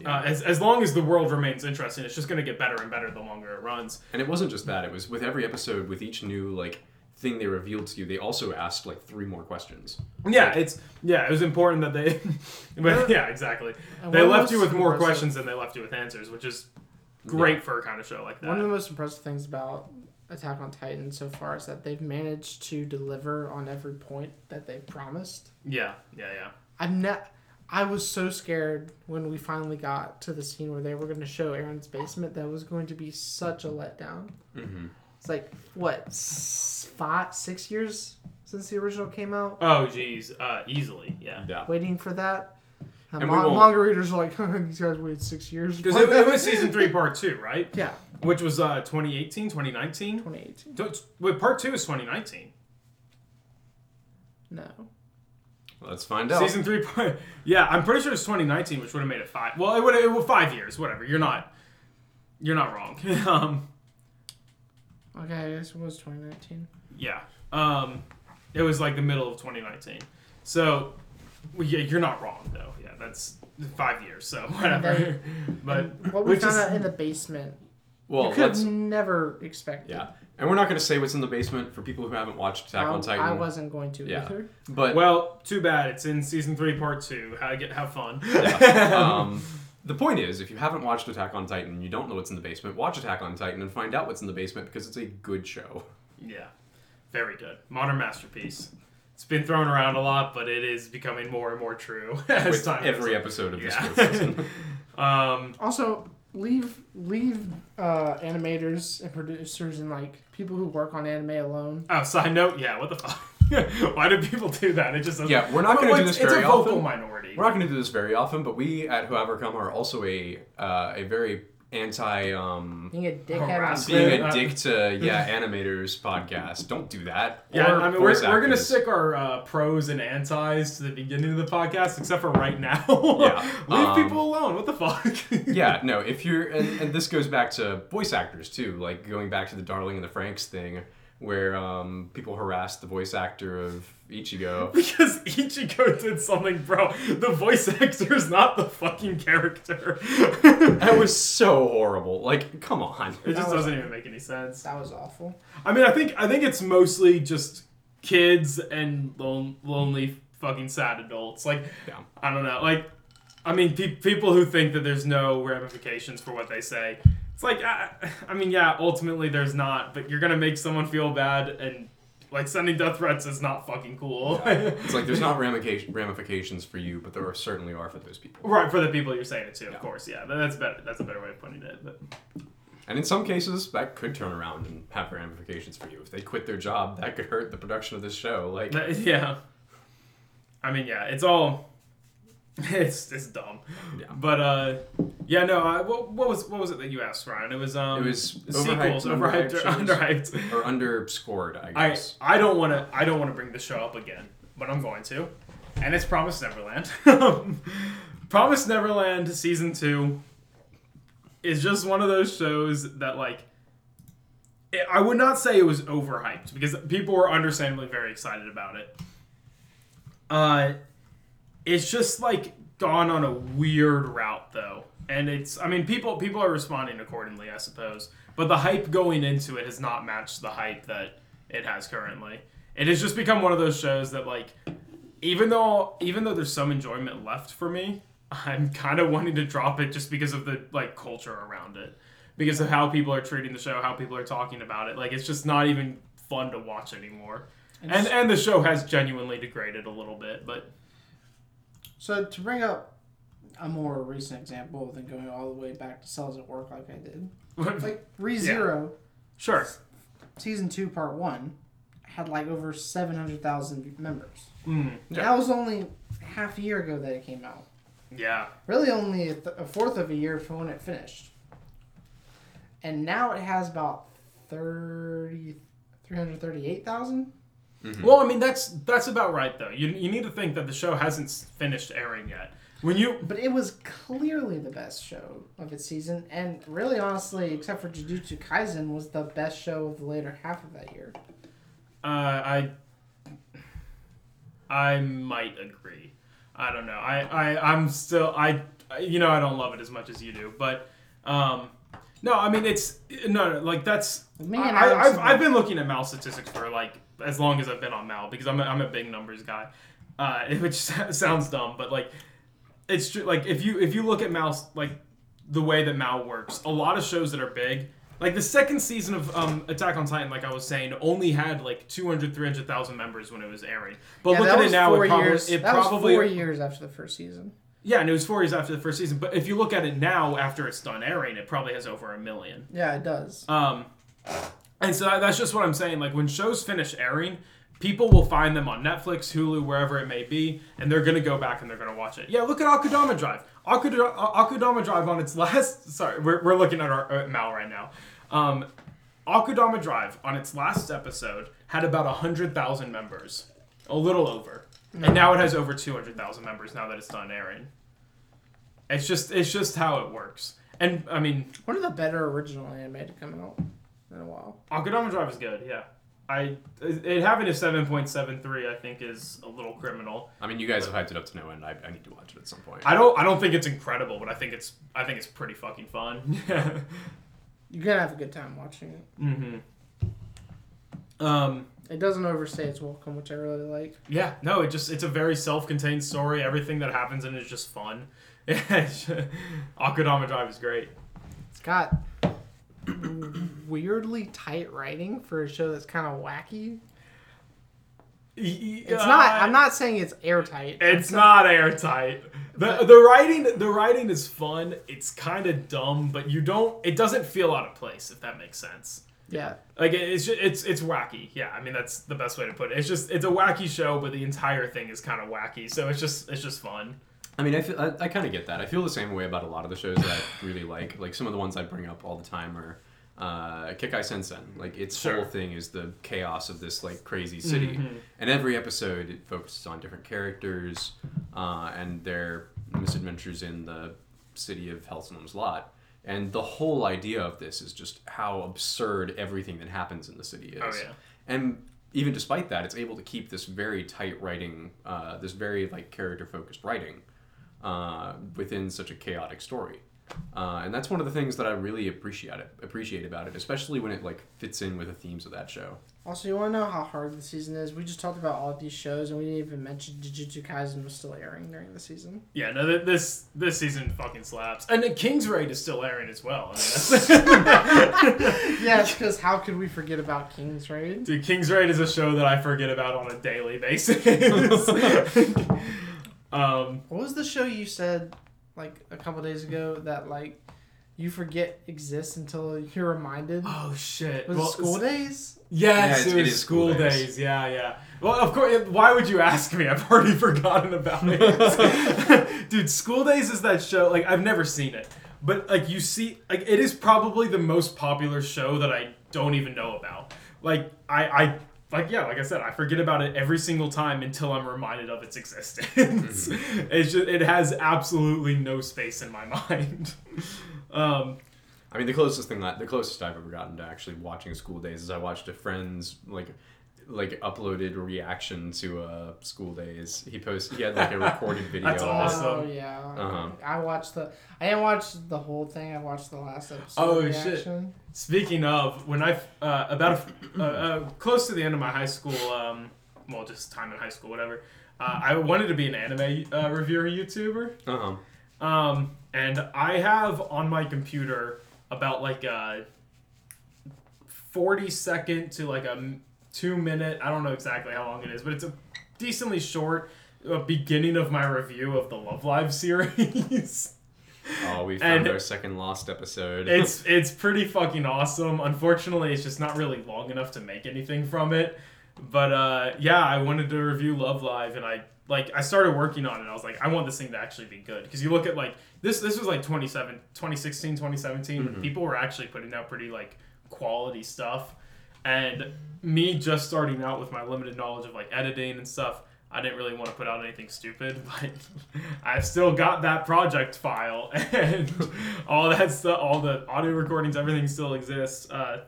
[SPEAKER 2] Uh, as, as long as the world remains interesting, it's just going to get better and better the longer it runs.
[SPEAKER 1] And it wasn't just that; it was with every episode, with each new like thing they revealed to you, they also asked like three more questions.
[SPEAKER 2] Yeah, it's yeah, it was important that they, <laughs> but yeah, exactly.
[SPEAKER 3] And
[SPEAKER 2] They
[SPEAKER 3] one
[SPEAKER 2] left
[SPEAKER 3] was
[SPEAKER 2] you with more
[SPEAKER 3] impressive.
[SPEAKER 2] questions than they left you with answers, which is great for a kind of show like
[SPEAKER 3] One of
[SPEAKER 2] that.
[SPEAKER 3] the most impressive things about Attack on Titan so far is that they've managed to deliver on every point that they promised.
[SPEAKER 2] Yeah, yeah, yeah.
[SPEAKER 3] I'm not. I was so scared when we finally got to the scene where they were going to show Aaron's basement. That was going to be such a letdown.
[SPEAKER 1] Mm-hmm.
[SPEAKER 3] It's like what s- five, six years since the original came out.
[SPEAKER 2] Oh, geez, uh, easily, yeah.
[SPEAKER 1] Yeah.
[SPEAKER 3] Waiting for that. And
[SPEAKER 1] And we won't-
[SPEAKER 3] manga readers are like, <laughs> these guys waited six years.
[SPEAKER 2] Because it, it was season three, part two, right?
[SPEAKER 3] <laughs> yeah,
[SPEAKER 2] Which was uh, 2018, 2019.
[SPEAKER 3] 2018.
[SPEAKER 2] Don't- Wait, part two is 2019.
[SPEAKER 3] No,
[SPEAKER 1] Let's find out.
[SPEAKER 2] Season three, part, yeah, I'm pretty sure it's 2019, which would have made it five. Well, it would it was five years, whatever. You're not, you're not wrong. <laughs> um,
[SPEAKER 3] okay, this was 2019.
[SPEAKER 2] Yeah. Um, it was like the middle of 2019. So, well, yeah, you're not wrong though. Yeah, that's five years. So <laughs> whatever. but
[SPEAKER 3] And what we
[SPEAKER 2] which
[SPEAKER 3] found
[SPEAKER 2] is-
[SPEAKER 3] out in the basement,
[SPEAKER 1] well,
[SPEAKER 3] you could
[SPEAKER 1] let's
[SPEAKER 3] have never expected.
[SPEAKER 1] yeah. And we're not going to say what's in the basement for people who haven't watched Attack
[SPEAKER 3] I,
[SPEAKER 1] on Titan.
[SPEAKER 3] I wasn't going to
[SPEAKER 1] Yeah.
[SPEAKER 3] either.
[SPEAKER 1] But
[SPEAKER 2] well, too bad it's in season three, part two. How get have fun.
[SPEAKER 1] <laughs>
[SPEAKER 2] <laughs>
[SPEAKER 1] um, the point is, if you haven't watched Attack on Titan, and you don't know what's in the basement. Watch Attack on Titan and find out what's in the basement because it's a good
[SPEAKER 2] <laughs>
[SPEAKER 1] show.
[SPEAKER 2] yeah, very good. Modern masterpiece. It's been thrown around a lot, but it is becoming more and more true <laughs> as
[SPEAKER 1] With
[SPEAKER 2] time
[SPEAKER 1] every
[SPEAKER 2] goes
[SPEAKER 1] episode of this
[SPEAKER 2] Yeah.
[SPEAKER 1] first
[SPEAKER 2] <laughs>
[SPEAKER 1] season.
[SPEAKER 2] on. Um,
[SPEAKER 3] Also, leave leave uh, animators and producers and like people who work on anime alone.
[SPEAKER 2] oh, side note. Yeah, what the fuck. <laughs> Why do people do that? It just doesn't.
[SPEAKER 1] Yeah, we're not gonna do
[SPEAKER 2] it's-
[SPEAKER 1] this
[SPEAKER 2] It's
[SPEAKER 1] very
[SPEAKER 2] a vocal
[SPEAKER 1] often.
[SPEAKER 2] minority.
[SPEAKER 1] We're not going to do this very often, but we at Whoever Come are also a uh, a very anti um,
[SPEAKER 4] Being a dickhead.
[SPEAKER 2] Harassment.
[SPEAKER 4] on-
[SPEAKER 1] being a
[SPEAKER 2] Uh,
[SPEAKER 1] dick to
[SPEAKER 2] <laughs>
[SPEAKER 1] yeah animators podcast. Don't do that.
[SPEAKER 2] Yeah,
[SPEAKER 1] Or
[SPEAKER 2] I mean, we're,
[SPEAKER 1] voice
[SPEAKER 2] we're gonna
[SPEAKER 1] actors.
[SPEAKER 2] stick our uh, pros and antis to the beginning of the podcast, except for right now. <laughs>
[SPEAKER 1] Yeah,
[SPEAKER 2] leave
[SPEAKER 1] um,
[SPEAKER 2] people alone. What the fuck?
[SPEAKER 1] <laughs> yeah, no, if you're, and, and this goes back to voice actors too, like going back to the Darling and the Franks thing, where um, people harassed the voice actor of
[SPEAKER 2] <laughs>
[SPEAKER 1] Ichigo.
[SPEAKER 2] <laughs> Because Ichigo did something, bro. The voice actor is not the fucking character. <laughs>
[SPEAKER 1] That was so horrible. Like, come on. <laughs>
[SPEAKER 2] It just
[SPEAKER 3] was-
[SPEAKER 2] doesn't even make any sense.
[SPEAKER 3] That was awful.
[SPEAKER 2] I mean, I think I think it's mostly just kids and lon- lonely fucking sad adults. Like,
[SPEAKER 1] Yeah.
[SPEAKER 2] I don't know. Like, I mean, pe- people who think that there's no ramifications for what they say. It's like, I, I mean, yeah, ultimately there's not, but you're gonna make someone feel bad, and like sending death threats is not fucking cool.
[SPEAKER 1] It's like there's not ramification, ramifications for you, but there are, certainly are for those people.
[SPEAKER 2] <laughs> Right for the people you're saying it to,
[SPEAKER 1] Yeah.
[SPEAKER 2] of course. Yeah, that- that's better. That's a better way of putting it. But
[SPEAKER 1] And in some cases, that could turn around and have ramifications for you. If they quit their job, that could hurt the production of this show. Like,
[SPEAKER 2] That- yeah, I mean, yeah, it's all <laughs> it's it's dumb.
[SPEAKER 1] Yeah.
[SPEAKER 2] But uh, yeah, no. I, what, what was what was it that you asked, Ryan? It was um,
[SPEAKER 1] It was
[SPEAKER 2] sequels,
[SPEAKER 1] overhyped,
[SPEAKER 2] overhyped, or
[SPEAKER 1] underhyped
[SPEAKER 2] underhyped.
[SPEAKER 1] or underscored, I
[SPEAKER 2] I
[SPEAKER 1] guess.
[SPEAKER 2] I don't want to I don't want to bring the show up again, but I'm going to, and it's Promise Neverland. <laughs> Promise Neverland season two is just one of those shows that like it, I would not say it was overhyped because people were understandably very excited about it. Uh, it's just like gone on a weird route though, and it's I mean people people are responding accordingly, I suppose. But the hype going into it has not matched the hype that it has currently. It has just become one of those shows that like even though even though there's some enjoyment left for me, I'm kind of wanting to drop it just because of the like culture around it, because of how people are treating the show, how people are talking about it. Like it's just not even fun to watch anymore.
[SPEAKER 3] And
[SPEAKER 2] and
[SPEAKER 3] s-
[SPEAKER 2] and the show has genuinely degraded a little bit, but
[SPEAKER 3] So to bring up a more recent example than going all the way back to cells at work like I did, like ReZero
[SPEAKER 2] sure.
[SPEAKER 3] season two part one had like over seven hundred thousand members.
[SPEAKER 2] Mm,
[SPEAKER 1] Yeah.
[SPEAKER 3] That was only half a year ago that it came out.
[SPEAKER 2] yeah.
[SPEAKER 3] Really, only a, th- a fourth of a year from when it finished. And now it has about 30, 338,000?
[SPEAKER 2] Well, I mean that's that's about right though. You you need to think that the show hasn't s- finished airing yet. When you
[SPEAKER 3] But it was clearly the best show of its season, and really, honestly, except for Jujutsu Kaisen, was the best show of the later half of that year.
[SPEAKER 2] Uh, I I might agree. I don't know. I, I I'm still I I- you know I don't love it as much as you do, but um no, I mean it's no, no like that's
[SPEAKER 3] Me
[SPEAKER 2] I,
[SPEAKER 3] and
[SPEAKER 2] I, I've,
[SPEAKER 3] Alex-
[SPEAKER 2] I've been looking at Mal statistics for like as long as I've been on Mal because I'm a, I'm a big numbers guy, uh, <laughs> which sounds dumb, but like it's true. Like if you if you look at Mal like the way that Mal works, a lot of shows that are big, like the second season of um, Attack on Titan, like I was saying, only had like 200, 300,000 members when it was airing. But
[SPEAKER 3] Yeah,
[SPEAKER 2] look
[SPEAKER 3] that
[SPEAKER 2] at it
[SPEAKER 3] was
[SPEAKER 2] now,
[SPEAKER 3] four
[SPEAKER 2] it probably,
[SPEAKER 3] years.
[SPEAKER 2] it
[SPEAKER 3] that
[SPEAKER 2] probably
[SPEAKER 3] was four years after the first season.
[SPEAKER 2] yeah, and it was four years after the first season. But if you look at it now, after it's done airing, it probably has over a million.
[SPEAKER 3] Yeah, it does.
[SPEAKER 2] Um, and so that, that's just what I'm saying. Like when shows finish airing, people will find them on Netflix, Hulu, wherever it may be, and they're gonna go back and they're gonna watch it. Yeah, look at Akudama Drive. Akuda- Akudama Drive on its <laughs> last. Sorry, we're, we're looking at our at Mal right now. Um, Akudama Drive on its last episode had about hundred thousand members, a little over, and now it has over two hundred thousand members now that it's done airing. It's just it's just how it works. And I mean,
[SPEAKER 3] One of the better original anime to come out in a while.
[SPEAKER 2] Akadama Drive is good, yeah. I it it having a seven point seven three, I think, is a little criminal.
[SPEAKER 1] I mean, you guys have hyped it up to no end. I, I need to watch it at some point.
[SPEAKER 2] I don't I don't think it's incredible, but I think it's I think it's pretty fucking fun.
[SPEAKER 3] <laughs> You're gonna have a good time watching it.
[SPEAKER 2] mm-hmm. Um.
[SPEAKER 3] It doesn't overstay its welcome, which I really like.
[SPEAKER 2] Yeah. No. It just it's a very self contained story. Everything that happens in it is just fun. <laughs> Akadama Drive is great.
[SPEAKER 3] It's got <clears throat> weirdly tight writing for a show that's kind of wacky. It's not. I'm not saying it's airtight.
[SPEAKER 2] uh, It's
[SPEAKER 3] I'm
[SPEAKER 2] not airtight. The, the writing the writing is fun. It's kind of dumb, but you don't. It doesn't feel out of place if that makes sense.
[SPEAKER 3] Yeah.
[SPEAKER 2] Like it- it's just, it's it's wacky. Yeah, I mean that's the best way to put it. It's just it's a wacky show, but the entire thing is kind of wacky. So it's just it's just fun.
[SPEAKER 1] I mean, I, feel, I, I kind of get that. I feel the same way about a lot of the shows that I really like. Like some of the ones I bring up all the time are uh, Kekai Sensen. Like its
[SPEAKER 2] Sure. Mm-hmm.
[SPEAKER 1] whole thing is the chaos of this like crazy city, and every episode it focuses on different characters uh, and their misadventures in the city of Helsingham's Lot. And the whole idea of this is just how absurd everything that happens in the city is.
[SPEAKER 2] Oh yeah.
[SPEAKER 1] And even despite that, it's able to keep this very tight writing, uh, this very like character focused writing uh, within such a chaotic story. Uh, and that's one of the things that I really appreciate it, appreciate about it, especially when it like fits in with the themes of that show.
[SPEAKER 3] Also, you want to know how hard the season is? We just talked about all of these shows, and we didn't even mention Jujutsu Kaisen was still airing during the season.
[SPEAKER 2] Yeah, no, th- this this season fucking slaps, and the King's Raid is still airing as well. I mean, that's- <laughs>
[SPEAKER 3] <laughs> yes, because how could we forget about King's Raid?
[SPEAKER 2] Dude, King's Raid is a show that I forget about on a daily
[SPEAKER 3] <laughs>
[SPEAKER 2] basis. <laughs> um,
[SPEAKER 3] What was the show you said like a couple days ago that like you forget exists until
[SPEAKER 2] <gasps>
[SPEAKER 3] you're reminded?
[SPEAKER 2] oh shit!
[SPEAKER 3] Was
[SPEAKER 2] Well,
[SPEAKER 3] it School Days?
[SPEAKER 2] Yes,
[SPEAKER 1] Yeah,
[SPEAKER 2] it,
[SPEAKER 1] it- it
[SPEAKER 2] was
[SPEAKER 1] is
[SPEAKER 2] school
[SPEAKER 1] school
[SPEAKER 2] days.
[SPEAKER 1] days.
[SPEAKER 2] Yeah, yeah. Well, of course. Why would you ask me? <laughs> I've already forgotten about it. <laughs> Dude, school days is that show. Like I've never seen it, but like you see, like it is probably the most popular show that I don't even know about. Like I, I. Like yeah, like I said, I forget about it every single time until I'm reminded of its existence.
[SPEAKER 1] <laughs>
[SPEAKER 2] it's just it has absolutely no space in my <laughs> mind. Um,
[SPEAKER 1] I mean, the closest thing that the closest I've ever gotten to actually watching School Days is I watched a friend's like like uploaded reaction to uh, School Days. He posted he had like a recorded
[SPEAKER 2] <laughs>
[SPEAKER 1] video.
[SPEAKER 2] That's
[SPEAKER 1] of it.
[SPEAKER 2] awesome.
[SPEAKER 3] Oh yeah.
[SPEAKER 1] Uh-huh.
[SPEAKER 3] I watched the. I didn't watch the whole thing. I watched the last episode.
[SPEAKER 2] Oh, shit.
[SPEAKER 3] reaction.
[SPEAKER 2] Speaking of, when I uh, about a, uh, uh, close to the end of my high school, um, well, just time in high school, whatever. Uh, I wanted to be an anime uh, reviewer YouTuber,
[SPEAKER 1] Uh-huh.
[SPEAKER 2] um, and I have on my computer about like a forty second to like a m- two minute. I don't know exactly how long it is, but it's a decently short uh, beginning of my review of the Love Live series. <laughs>
[SPEAKER 1] Oh, we found
[SPEAKER 2] And-
[SPEAKER 1] our second lost episode. <laughs>
[SPEAKER 2] it's it's pretty fucking awesome. Unfortunately, it's just not really long enough to make anything from it. But uh, yeah, I wanted to review Love Live, and I like I started working on it. I was like, I want this thing to actually be good because you look at like this this was like 27, 2016, 2017. when People were actually putting out pretty like quality stuff, and me just starting out with my limited knowledge of like editing and stuff. I didn't really want to put out anything stupid, <laughs> but I've still got that project file <laughs> and all that stuff, all the audio recordings, everything still exists. Uh,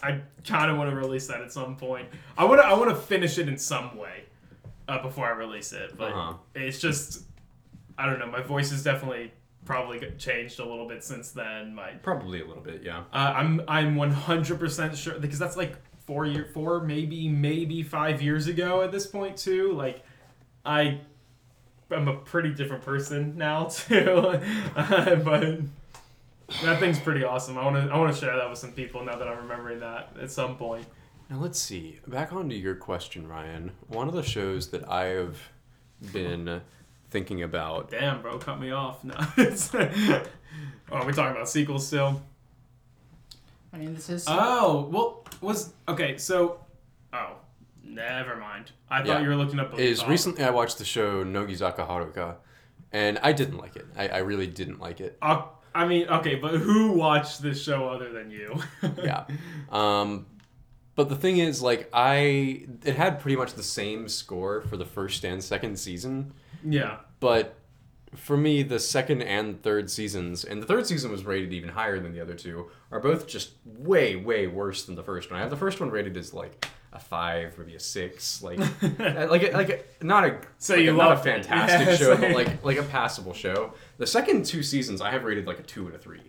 [SPEAKER 2] I kind of want to release that at some point. I want to, I want to finish it in some way uh, before I release it, but
[SPEAKER 1] Uh-huh.
[SPEAKER 2] it's just, I don't know. My voice has definitely probably got- changed a little bit since then. My
[SPEAKER 1] Probably a little bit, yeah.
[SPEAKER 2] uh, I'm I'm 100% sure because that's like four year four maybe maybe five years ago at this point too. Like I I'm a pretty different person now <laughs> too, Uh, but that thing's pretty awesome. I want to I want to share that with some people now that I'm remembering that at some point.
[SPEAKER 1] Now let's see. Back onto your question, Ryan. One of the shows that I have been thinking about.
[SPEAKER 2] Damn, bro, cut me off. No, it's, <laughs> oh, are we talking about sequels still?
[SPEAKER 3] I mean, this is.
[SPEAKER 2] Oh well, was okay. So oh, never mind. I thought
[SPEAKER 1] Yeah.
[SPEAKER 2] you were looking up.
[SPEAKER 1] Is
[SPEAKER 2] Bogotá.
[SPEAKER 1] recently I watched the show Nogizaka Haruka, and I didn't like it. I, I really didn't like it.
[SPEAKER 2] Uh, I mean, okay, but who watched this show other than you? <laughs>
[SPEAKER 1] yeah. Um, but the thing is, like, I it had pretty much the same score for the first and second season,
[SPEAKER 2] yeah. <laughs>
[SPEAKER 1] but for me, the second and third seasons, and the third season was rated even higher than the other two, are both just way, way worse than the first one. I have the first one rated as like a five, maybe a six, like <laughs> uh, like a- like a- not a
[SPEAKER 2] So
[SPEAKER 1] like
[SPEAKER 2] you
[SPEAKER 1] a, not a
[SPEAKER 2] loved it.
[SPEAKER 1] fantastic
[SPEAKER 2] Yeah,
[SPEAKER 1] show,
[SPEAKER 2] it's <laughs>
[SPEAKER 1] but
[SPEAKER 2] like-
[SPEAKER 1] like like a passable show. The second two seasons, I have rated like a two and a three.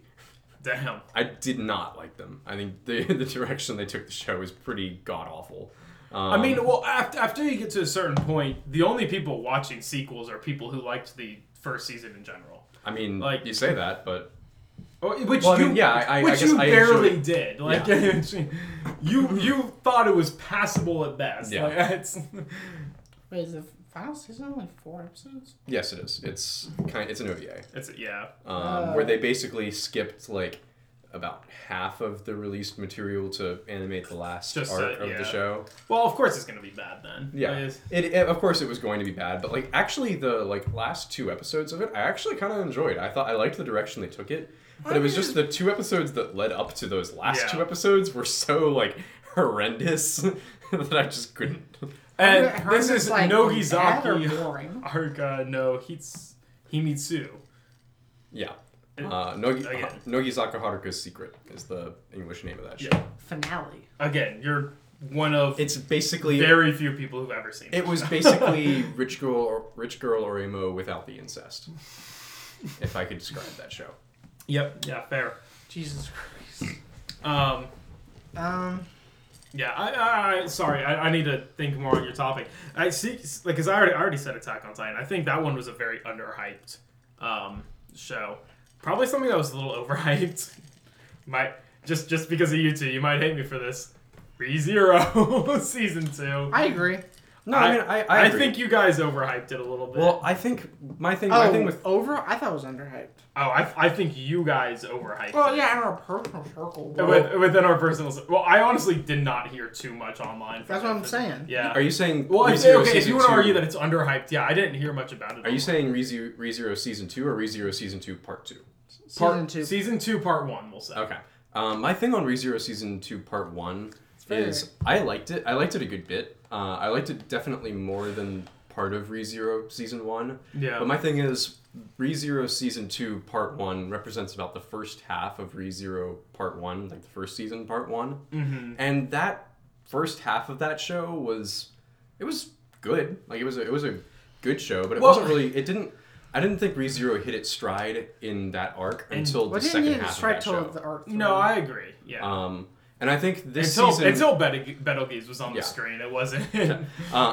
[SPEAKER 2] Damn.
[SPEAKER 1] I did not like them. I think the the direction they <laughs> took the show is pretty god awful. Um,
[SPEAKER 2] I mean, well, after, after you get to a certain point, the only people watching sequels are people who liked the first season in general.
[SPEAKER 1] I mean,
[SPEAKER 2] like-
[SPEAKER 1] like you say that, but
[SPEAKER 2] Or- Which
[SPEAKER 1] Oh, Well, I
[SPEAKER 2] you,
[SPEAKER 1] mean, yeah, I- I-
[SPEAKER 2] which
[SPEAKER 1] I guess
[SPEAKER 2] you
[SPEAKER 1] I enjoyed
[SPEAKER 2] barely
[SPEAKER 1] it.
[SPEAKER 2] did. Like, <laughs> you you thought it was passable at best.
[SPEAKER 1] Yeah.
[SPEAKER 2] Like, it's, <laughs>
[SPEAKER 3] Wait, is the final season only four episodes?
[SPEAKER 1] yes, it is. It's kind. It's an OVA.
[SPEAKER 2] it's yeah. Uh,
[SPEAKER 1] um, where they basically skipped like a about half of the released material to animate the last
[SPEAKER 2] Just
[SPEAKER 1] arc
[SPEAKER 2] that,
[SPEAKER 1] of
[SPEAKER 2] yeah.
[SPEAKER 1] the show.
[SPEAKER 2] Well, of course it's gonna be bad then.
[SPEAKER 1] Yeah.
[SPEAKER 2] Like, it's-
[SPEAKER 1] It, it- of course it was going to be bad, but like actually the like last two episodes of it, I actually kind of enjoyed. I thought I liked the direction they took it, but
[SPEAKER 2] I
[SPEAKER 1] it was
[SPEAKER 2] mean-
[SPEAKER 1] just the two episodes that led up to those last
[SPEAKER 2] Yeah.
[SPEAKER 1] two episodes were so like horrendous <laughs> that I just couldn't.
[SPEAKER 2] And
[SPEAKER 3] I heard
[SPEAKER 2] this
[SPEAKER 3] it's,
[SPEAKER 2] is
[SPEAKER 3] like, bad or
[SPEAKER 2] Nogizaki
[SPEAKER 3] boring.
[SPEAKER 2] Arga no Hits Himitsu.
[SPEAKER 1] Yeah. Uh, Nogi,
[SPEAKER 2] Again.
[SPEAKER 1] Nogizaka Haruka's Secret is the English name of that show.
[SPEAKER 2] Yeah.
[SPEAKER 3] Finale.
[SPEAKER 2] Again, you're one of
[SPEAKER 1] It's basically
[SPEAKER 2] very few people who've ever seen
[SPEAKER 1] It
[SPEAKER 2] <laughs>
[SPEAKER 1] was basically <laughs> Rich Girl or Rich Girl or Emo without the incest. If I could describe that show.
[SPEAKER 2] Yep. Yeah, fair.
[SPEAKER 3] Jesus Christ.
[SPEAKER 2] Um
[SPEAKER 3] Um,
[SPEAKER 2] yeah, I, I, I sorry, I, I need to think more on your topic. I see, like, cause I already, I already said Attack on Titan. I think that one was a very underhyped um, show. Probably something that was a little <laughs> overhyped. might just just because of you two, you might hate me for this. ReZero <laughs> season two.
[SPEAKER 3] I agree.
[SPEAKER 1] No, I, mean I I, agree.
[SPEAKER 2] think you guys overhyped it a little bit.
[SPEAKER 1] Well, I think my thing my
[SPEAKER 3] Oh,
[SPEAKER 1] thing with
[SPEAKER 3] over? I thought it was underhyped.
[SPEAKER 2] oh, I, I think you guys overhyped.
[SPEAKER 3] Well,
[SPEAKER 2] it.
[SPEAKER 3] yeah, in our personal circle. but-
[SPEAKER 2] With, within our personal, well, I honestly did not hear too much online. from
[SPEAKER 3] That's what
[SPEAKER 2] it.
[SPEAKER 3] I'm saying.
[SPEAKER 2] Yeah.
[SPEAKER 1] are you saying
[SPEAKER 2] Well, if,
[SPEAKER 1] ReZero
[SPEAKER 2] okay, if
[SPEAKER 1] season
[SPEAKER 2] you want
[SPEAKER 1] two-
[SPEAKER 2] to argue that it's underhyped, yeah, I didn't hear much about it.
[SPEAKER 1] are you saying ReZero, ReZero season two or ReZero season two part two?
[SPEAKER 2] part,
[SPEAKER 3] Season two.
[SPEAKER 2] Season two, part one, we'll say.
[SPEAKER 1] Okay. Um, my thing on ReZero season two part one
[SPEAKER 3] fair.
[SPEAKER 1] is I liked it. I liked it a good bit. Uh, I liked it definitely more than part of ReZero season one.
[SPEAKER 2] Yeah.
[SPEAKER 1] But my thing is, ReZero Season 2 Part 1 represents about the first half of ReZero Part 1, like the first season Part one
[SPEAKER 2] mm-hmm.
[SPEAKER 1] And that first half of that show was it was good. Like it was a, it was a good show, but it
[SPEAKER 2] Well-
[SPEAKER 1] wasn't really it didn't I didn't think ReZero hit its stride in that arc
[SPEAKER 2] And-
[SPEAKER 1] until the
[SPEAKER 3] What
[SPEAKER 1] second
[SPEAKER 3] didn't you
[SPEAKER 1] half
[SPEAKER 3] strike
[SPEAKER 1] of that
[SPEAKER 3] till
[SPEAKER 1] show.
[SPEAKER 3] the arc?
[SPEAKER 2] No,
[SPEAKER 3] three?
[SPEAKER 2] I agree. Yeah.
[SPEAKER 1] Um and I think this
[SPEAKER 2] until
[SPEAKER 1] season
[SPEAKER 2] until Bet- Betelgeuse was on
[SPEAKER 1] Yeah.
[SPEAKER 2] the screen, it wasn't.
[SPEAKER 1] Uh,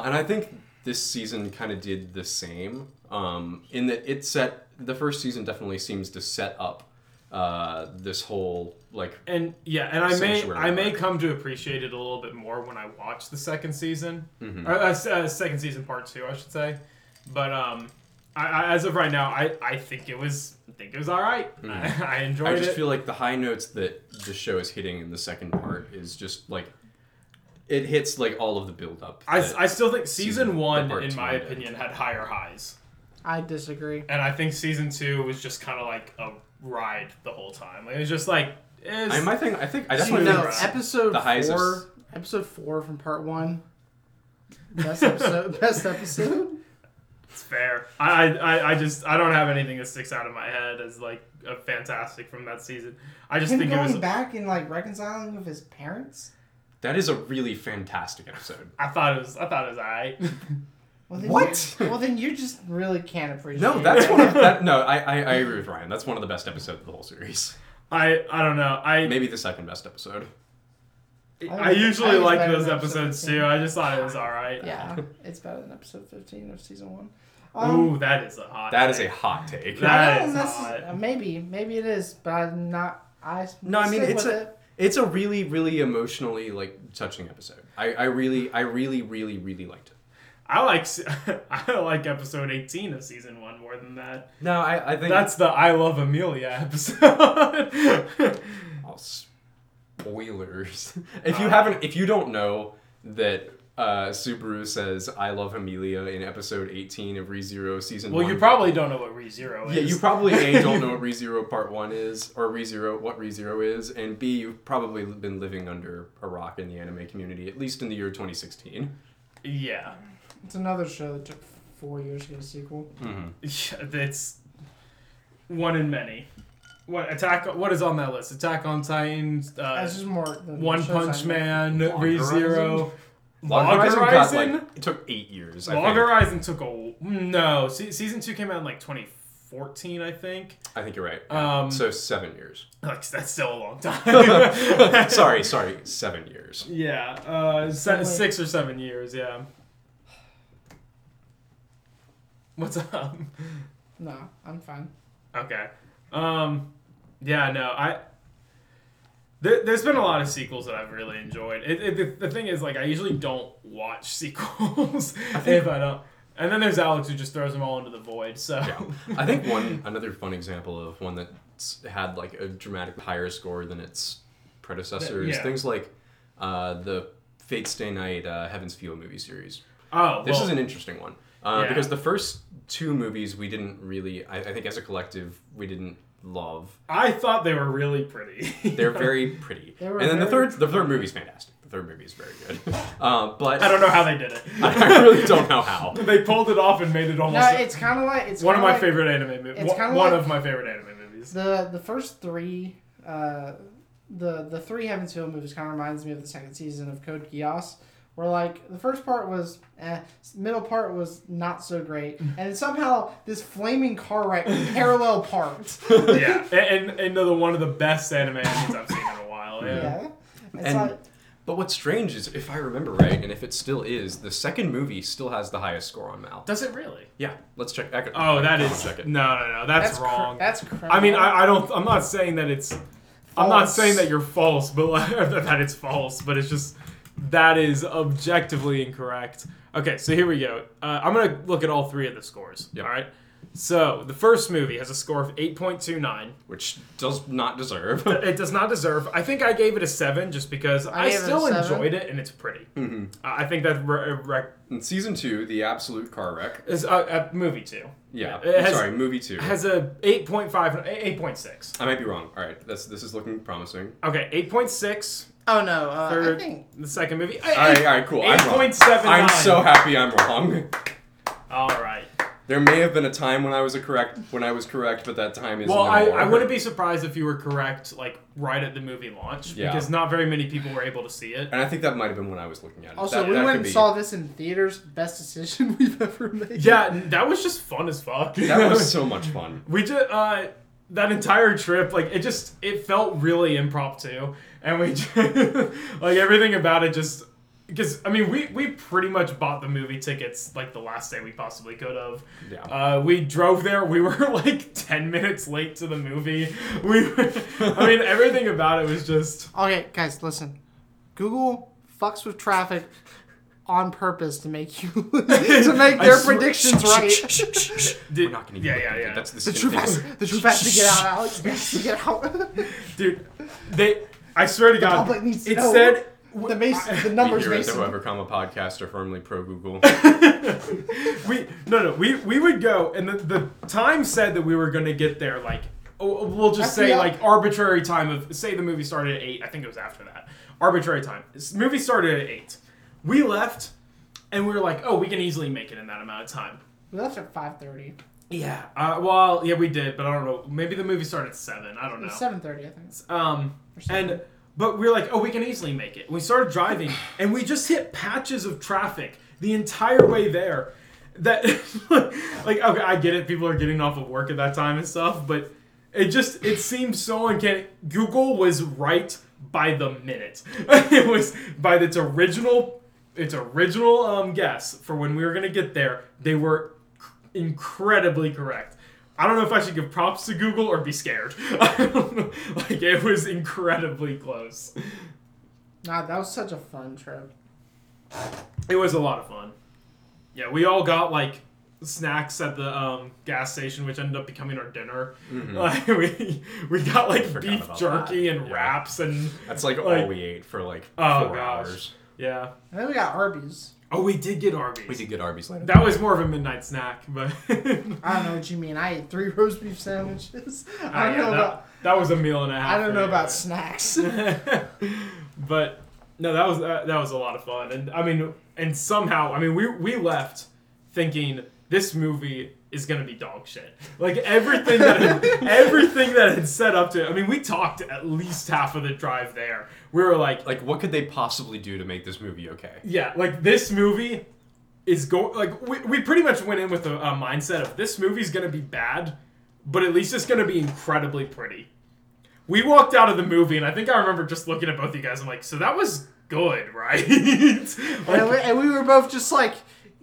[SPEAKER 1] and I think this season kind of did the same um, in that it set the first season definitely seems to set up uh, this whole like
[SPEAKER 2] and yeah, and I may
[SPEAKER 1] Sanctuary
[SPEAKER 2] I may
[SPEAKER 1] arc.
[SPEAKER 2] come to appreciate it a little bit more when I watch the second season, or uh, s- uh, second season part two, I should say. But um, I, I, as of right now, I, I think it was I think it was all right. I, I enjoyed
[SPEAKER 1] I just
[SPEAKER 2] it.
[SPEAKER 1] feel like the high notes that the show is hitting in the second part is just like it hits like all of the build up.
[SPEAKER 2] I, s- I still think season,
[SPEAKER 1] season- the
[SPEAKER 2] one,
[SPEAKER 1] part
[SPEAKER 2] in
[SPEAKER 1] two
[SPEAKER 2] my
[SPEAKER 1] ended.
[SPEAKER 2] opinion, had higher highs,
[SPEAKER 3] I disagree.
[SPEAKER 2] and I think season two was just kind of like a ride the whole time. Like, it was just like it's,
[SPEAKER 1] I my thing I think I
[SPEAKER 2] See,
[SPEAKER 3] No,
[SPEAKER 1] definitely
[SPEAKER 2] no,
[SPEAKER 1] think it's-
[SPEAKER 3] episode
[SPEAKER 1] the highs of-
[SPEAKER 3] four. Episode four from part one. Best <laughs> episode. best episode.
[SPEAKER 2] It's fair. I, I I just I don't have anything that sticks out of my head as like a fantastic from that season. I just
[SPEAKER 3] Him
[SPEAKER 2] think
[SPEAKER 3] going
[SPEAKER 2] it was.
[SPEAKER 3] back and like reconciling with his parents.
[SPEAKER 1] that is a really fantastic episode.
[SPEAKER 2] I thought it was. I thought it was alright.
[SPEAKER 3] Well, then
[SPEAKER 1] What?
[SPEAKER 3] you- Well, then you just really can't appreciate.
[SPEAKER 1] No,
[SPEAKER 3] it.
[SPEAKER 1] that's one of
[SPEAKER 2] <laughs>
[SPEAKER 1] that. No, I, I, I agree with Ryan. That's one of the best episodes of the whole series.
[SPEAKER 2] <laughs> I I don't know. I
[SPEAKER 1] Maybe the second best episode.
[SPEAKER 2] I,
[SPEAKER 3] I think it's
[SPEAKER 2] usually like
[SPEAKER 3] better
[SPEAKER 2] those
[SPEAKER 3] than
[SPEAKER 2] episodes
[SPEAKER 3] episode
[SPEAKER 2] too. I just thought it was
[SPEAKER 1] <laughs>
[SPEAKER 2] alright.
[SPEAKER 3] <laughs> Yeah, it's better than episode fifteen of season one. Um,
[SPEAKER 2] Ooh, that is a hot.
[SPEAKER 1] That is a
[SPEAKER 2] take.
[SPEAKER 1] hot take.
[SPEAKER 2] That-
[SPEAKER 3] I
[SPEAKER 2] is
[SPEAKER 3] don't
[SPEAKER 2] not-
[SPEAKER 3] necess- uh, Maybe, maybe it is, but I'm not. I
[SPEAKER 1] No, I mean
[SPEAKER 3] stick
[SPEAKER 1] it's
[SPEAKER 3] with
[SPEAKER 1] a it's a really really emotionally like touching episode. I, I really I really really really liked it.
[SPEAKER 2] I like se- <laughs> I like episode eighteen of season one more than that.
[SPEAKER 1] No, I, I think
[SPEAKER 2] That's the I love Amelia episode. <laughs>
[SPEAKER 1] oh, spoilers. <laughs> if
[SPEAKER 2] Uh,
[SPEAKER 1] you haven't if you don't know that uh, Subaru says I love Amelia in episode 18 of ReZero season
[SPEAKER 2] well,
[SPEAKER 1] 1.
[SPEAKER 2] you probably don't know what ReZero is.
[SPEAKER 1] yeah, you probably A don't
[SPEAKER 2] <laughs>
[SPEAKER 1] know what ReZero part 1 is or ReZero what ReZero is and B you've probably been living under a rock in the anime community at least in the year 2016.
[SPEAKER 2] yeah.
[SPEAKER 3] It's another show that took four years to get a sequel.
[SPEAKER 2] Mm-hmm. Yeah, That's one in many. What attack? What is on that list? Attack on Titan, uh,
[SPEAKER 3] That's just more. than
[SPEAKER 2] One
[SPEAKER 3] shows
[SPEAKER 2] Punch
[SPEAKER 3] I
[SPEAKER 2] Man,
[SPEAKER 3] know.
[SPEAKER 1] Log
[SPEAKER 2] ReZero,
[SPEAKER 1] Log
[SPEAKER 2] Log
[SPEAKER 1] Horizon got, like-
[SPEAKER 2] Horizon.
[SPEAKER 1] it took 8 years. I
[SPEAKER 2] Log
[SPEAKER 1] think.
[SPEAKER 2] Horizon took a no. Se- season two came out in like 2014, I think.
[SPEAKER 1] I think you're right.
[SPEAKER 2] Um,
[SPEAKER 1] so seven years.
[SPEAKER 2] <laughs>
[SPEAKER 1] <laughs>
[SPEAKER 2] Like that's still a long time.
[SPEAKER 1] sorry, sorry, seven years.
[SPEAKER 2] <laughs> Yeah, uh, se- six or seven years. Yeah. <sighs> What's up?
[SPEAKER 3] No, I'm fine.
[SPEAKER 2] Okay. Um, yeah, no, I. There, there's been a lot of sequels that I've really <laughs> enjoyed. It, it, the, the thing is, like, I usually don't watch sequels if I don't. And then there's Alex who just throws them all into the void. So
[SPEAKER 1] Yeah. <laughs> I think one another fun example of one that had like a dramatic higher score than its predecessors.
[SPEAKER 2] Yeah.
[SPEAKER 1] Things like uh, the Fate Stay Night uh, Heaven's Feel movie series.
[SPEAKER 2] <laughs> oh,
[SPEAKER 1] This
[SPEAKER 2] well,
[SPEAKER 1] is an interesting one uh,
[SPEAKER 2] Yeah.
[SPEAKER 1] because the first two movies we didn't really. I, I think as a collective we didn't love.
[SPEAKER 2] I thought they were really pretty.
[SPEAKER 1] <laughs> They're very pretty,
[SPEAKER 3] They were
[SPEAKER 1] and then the
[SPEAKER 3] very-
[SPEAKER 1] third the third movie's fantastic. The third movie is very good, <laughs> uh, but
[SPEAKER 2] <laughs> I don't know how they did it.
[SPEAKER 1] <laughs> I really don't know how.
[SPEAKER 2] <laughs> they pulled it off and made it
[SPEAKER 3] No,
[SPEAKER 2] almost
[SPEAKER 3] it's kind of like it's
[SPEAKER 2] one of
[SPEAKER 3] kinda
[SPEAKER 2] my
[SPEAKER 3] like
[SPEAKER 2] favorite anime movies.
[SPEAKER 3] it's
[SPEAKER 2] One,
[SPEAKER 3] kinda
[SPEAKER 2] one
[SPEAKER 3] like-
[SPEAKER 2] of my favorite anime
[SPEAKER 1] <laughs>
[SPEAKER 2] movies.
[SPEAKER 3] The the first three, uh, the the three Heavensfield movies kind of reminds me of the second season of Code Geass, where like the first part was, eh, middle part was not
[SPEAKER 2] <laughs>
[SPEAKER 3] so great, and somehow this flaming car wreck parallel parked.
[SPEAKER 2] yeah, and, and another one of the best anime animes I've seen in a while. Yeah.
[SPEAKER 3] Yeah. It's
[SPEAKER 1] And-
[SPEAKER 3] like,
[SPEAKER 1] But what's strange is, if I remember right, and if it still is, the second movie still has the highest score on Mal.
[SPEAKER 2] Does it really?
[SPEAKER 1] Yeah, let's check. I could,
[SPEAKER 2] Oh, that
[SPEAKER 1] I'll
[SPEAKER 2] is
[SPEAKER 1] check it.
[SPEAKER 2] no, no, no. That's,
[SPEAKER 3] that's cr-
[SPEAKER 2] wrong.
[SPEAKER 3] that's crazy.
[SPEAKER 2] I mean, I, I don't. I'm not saying that it's. I'm not
[SPEAKER 3] False.
[SPEAKER 2] saying that you're false, but <laughs> like, that it's false. But it's just that is objectively incorrect. Okay, so here we go. Uh, I'm gonna look at all three of the scores.
[SPEAKER 1] Yep.
[SPEAKER 2] All right. So the first movie has a score of 8.29.
[SPEAKER 1] which does not deserve. <laughs>
[SPEAKER 2] It does not deserve. I think I gave it a seven just because I,
[SPEAKER 3] gave it a
[SPEAKER 2] still
[SPEAKER 3] seven.
[SPEAKER 2] enjoyed it and it's pretty.
[SPEAKER 1] Mm-hmm.
[SPEAKER 2] Uh, I I think that re- re-
[SPEAKER 1] In season two, the absolute car wreck.
[SPEAKER 2] is a, a movie too.
[SPEAKER 1] Yeah,
[SPEAKER 2] It has-
[SPEAKER 1] sorry, movie two.
[SPEAKER 2] Has a 8.5, 8.6.
[SPEAKER 1] I might be wrong. All right, that's this is looking promising.
[SPEAKER 2] <laughs> Okay, 8.6.
[SPEAKER 3] oh no, uh,
[SPEAKER 2] Third,
[SPEAKER 3] I think
[SPEAKER 2] the second movie.
[SPEAKER 1] All right, all right, cool. I'm wrong.
[SPEAKER 2] 8.79.
[SPEAKER 1] I'm so happy I'm wrong. <laughs>
[SPEAKER 2] All right.
[SPEAKER 1] There may have been a time when I was a correct when I was correct, but that time is
[SPEAKER 2] Well,
[SPEAKER 1] no
[SPEAKER 2] I,
[SPEAKER 1] more.
[SPEAKER 2] I wouldn't be surprised if you were correct, like right at the movie launch,
[SPEAKER 1] Yeah.
[SPEAKER 2] because not very many people were able to see it.
[SPEAKER 1] And I think that might have been when I was looking at it.
[SPEAKER 3] also
[SPEAKER 1] that,
[SPEAKER 3] we
[SPEAKER 1] that
[SPEAKER 3] went
[SPEAKER 1] could
[SPEAKER 3] and
[SPEAKER 1] be-
[SPEAKER 3] saw this in theaters. Best decision <laughs> we've ever made.
[SPEAKER 2] Yeah, n- that was just fun as fuck.
[SPEAKER 1] <laughs> That
[SPEAKER 2] <laughs>
[SPEAKER 3] <laughs>
[SPEAKER 1] was so much fun.
[SPEAKER 2] we just uh, that entire trip, like it just it felt really impromptu, and we ju- <laughs> like everything about it just. Because I mean, we, we pretty much bought the movie tickets like the last day we possibly could have.
[SPEAKER 1] Yeah.
[SPEAKER 2] Uh, we drove there. We were <laughs> like ten minutes late to the movie. We, were, I mean, everything about it was just.
[SPEAKER 3] Okay, guys, listen. Google fucks with traffic on purpose to make you <laughs> to make
[SPEAKER 2] I
[SPEAKER 3] their
[SPEAKER 2] swear-
[SPEAKER 3] predictions right.
[SPEAKER 2] Did, <laughs>
[SPEAKER 1] We're not going to
[SPEAKER 2] yeah, yeah, yeah.
[SPEAKER 1] That's the
[SPEAKER 3] The
[SPEAKER 1] same
[SPEAKER 3] truth
[SPEAKER 1] thing. <laughs>
[SPEAKER 3] has the truth has to get out, Alex. It has to
[SPEAKER 2] <laughs>
[SPEAKER 3] get out.
[SPEAKER 2] dude. They, I swear to God,
[SPEAKER 3] public needs to
[SPEAKER 2] it
[SPEAKER 3] know.
[SPEAKER 2] said
[SPEAKER 3] <laughs> the Mason, the
[SPEAKER 1] We
[SPEAKER 3] numbers
[SPEAKER 1] here at the
[SPEAKER 3] Mason.
[SPEAKER 1] Whoever Comma podcast are firmly pro
[SPEAKER 2] <laughs>
[SPEAKER 1] Google.
[SPEAKER 2] we no no we we would go and the, the time said that we were going to get there like oh, we'll just
[SPEAKER 3] After
[SPEAKER 2] say
[SPEAKER 3] y'all-
[SPEAKER 2] like arbitrary time of say the movie started at eight. I think it was after that arbitrary time. This movie started at eight. We left and we were like, oh, we can easily make it in that amount of time.
[SPEAKER 3] We left at five thirty.
[SPEAKER 2] Yeah. Uh, well, yeah, we did, but I don't know. Maybe the movie started at seven. I don't know.
[SPEAKER 3] Seven thirty, I think.
[SPEAKER 2] Um,
[SPEAKER 3] something.
[SPEAKER 2] and but we are like, oh, we can easily make it. We started driving, and we just hit patches of traffic the entire way there. That <laughs> like okay, I get it. People are getting off of work at that time and stuff, but it just it seemed so uncanny. Google was right by the minute. <laughs> it was by its original its original um, guess for when we were gonna get there. They were incredibly correct. I don't know if I should give props to Google or be scared. <laughs> I don't know. Like it was incredibly close.
[SPEAKER 3] Nah, that was such a fun trip.
[SPEAKER 2] It was a lot of fun. Yeah, we all got like snacks at the um, gas station, which ended up becoming our dinner.
[SPEAKER 1] Mm-hmm.
[SPEAKER 2] <laughs> Like, we we got like beef
[SPEAKER 1] about
[SPEAKER 2] jerky and
[SPEAKER 1] Yeah.
[SPEAKER 2] wraps and
[SPEAKER 1] That's like, all
[SPEAKER 2] Like-
[SPEAKER 1] we ate for like
[SPEAKER 2] Oh,
[SPEAKER 1] four
[SPEAKER 2] gosh.
[SPEAKER 1] hours.
[SPEAKER 2] yeah.
[SPEAKER 3] And then we got Arby's.
[SPEAKER 2] Oh, we did get Arby's.
[SPEAKER 1] We did get Arby's later.
[SPEAKER 2] That was more of a midnight snack, but <laughs>
[SPEAKER 3] I don't know what you mean. I ate three <laughs> roast beef sandwiches.
[SPEAKER 2] Oh,
[SPEAKER 3] I
[SPEAKER 2] yeah,
[SPEAKER 3] don't know
[SPEAKER 2] that,
[SPEAKER 3] about
[SPEAKER 2] that was a meal and a half.
[SPEAKER 3] I don't
[SPEAKER 2] for
[SPEAKER 3] know
[SPEAKER 2] me,
[SPEAKER 3] about
[SPEAKER 2] but-
[SPEAKER 3] snacks.
[SPEAKER 2] <laughs> but no, that was that, that was a lot of fun, and I mean, and somehow, I mean, we we left thinking this movie is gonna be dog shit. Like everything that had, everything that had set up to. it. I mean, we talked at least half of the drive there. We were like,
[SPEAKER 1] Like, what could they possibly do to make this movie okay?
[SPEAKER 2] yeah, like this movie is going like we, we pretty much went in with a, a mindset of this movie's gonna be bad, but at least it's gonna be incredibly pretty. We walked out of the movie, and I think I remember just looking at both you guys. I'm like, so that was good, <laughs> right?
[SPEAKER 3] and, we,
[SPEAKER 2] Like,
[SPEAKER 3] and we were both just like,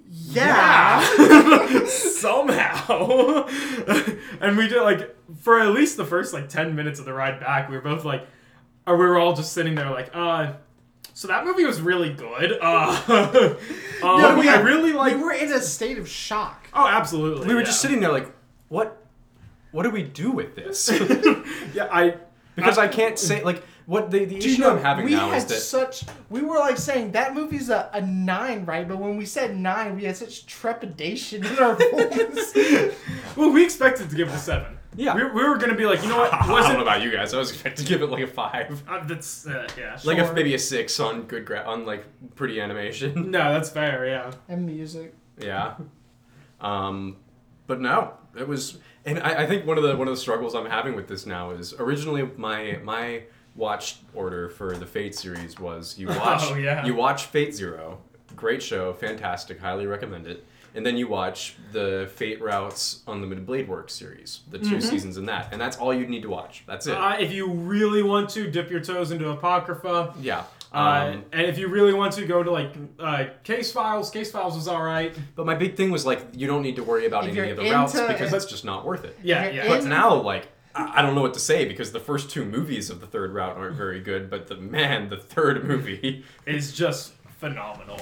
[SPEAKER 3] yeah.
[SPEAKER 2] yeah. <laughs> Somehow, <laughs> and we did like for at least the first like ten minutes of the ride back, we were both like, or we were all just sitting there like, uh, So that movie was really good. Uh, <laughs> um,
[SPEAKER 3] No, <laughs> we-
[SPEAKER 2] I really like.
[SPEAKER 3] Like we're in a state of shock.
[SPEAKER 2] oh, absolutely.
[SPEAKER 1] We were
[SPEAKER 2] yeah.
[SPEAKER 1] just
[SPEAKER 2] <laughs>
[SPEAKER 1] sitting there like, what? What do we do with <laughs> this?
[SPEAKER 2] yeah, I.
[SPEAKER 1] because
[SPEAKER 2] Uh,
[SPEAKER 1] I can't say like what the, the
[SPEAKER 3] Dude,
[SPEAKER 1] issue
[SPEAKER 3] no,
[SPEAKER 1] I'm having
[SPEAKER 3] we
[SPEAKER 1] now
[SPEAKER 3] had
[SPEAKER 1] is that
[SPEAKER 3] such we were like saying that movie's a, a nine, right? But when we said nine, we had such trepidation in
[SPEAKER 2] <laughs>
[SPEAKER 3] our voices.
[SPEAKER 2] Well, we expected to give it a seven.
[SPEAKER 1] Yeah.
[SPEAKER 2] We, we were gonna be like, you know
[SPEAKER 1] <laughs> <laughs>
[SPEAKER 2] what?
[SPEAKER 1] I don't know
[SPEAKER 2] Wasn't
[SPEAKER 1] about you guys. I was expecting to give it like a five,
[SPEAKER 2] uh, that's uh, yeah.
[SPEAKER 1] like a,
[SPEAKER 2] sure.
[SPEAKER 1] maybe a six on good gra- on like pretty animation.
[SPEAKER 2] No, that's fair. Yeah.
[SPEAKER 3] and music.
[SPEAKER 1] Yeah. <laughs> Um, but no, it was, and I, I think one of the one of the struggles I'm having with this now is originally my my watch order for the Fate series was you watch
[SPEAKER 2] Oh, yeah.
[SPEAKER 1] you watch Fate Zero, great show, fantastic, highly recommend it, and then you watch the Fate Routes Unlimited Blade Works series, the 2 seasons in that, and that's all you need to watch. That's it.
[SPEAKER 2] Uh, if you really want to dip your toes into apocrypha,
[SPEAKER 1] yeah.
[SPEAKER 2] uh,
[SPEAKER 1] Um,
[SPEAKER 2] and if you really want to go to like uh, case files, case files was all right.
[SPEAKER 1] but my big thing was like you don't need to worry about
[SPEAKER 3] If
[SPEAKER 1] any
[SPEAKER 3] you're
[SPEAKER 1] of the routes
[SPEAKER 3] into-
[SPEAKER 1] because that's just not worth it.
[SPEAKER 2] Yeah,
[SPEAKER 3] Okay,
[SPEAKER 2] yeah.
[SPEAKER 3] and-
[SPEAKER 1] But now, like, I I don't know what to say because the first two movies of the third route aren't very good, but the man, the third movie,
[SPEAKER 2] is just phenomenal.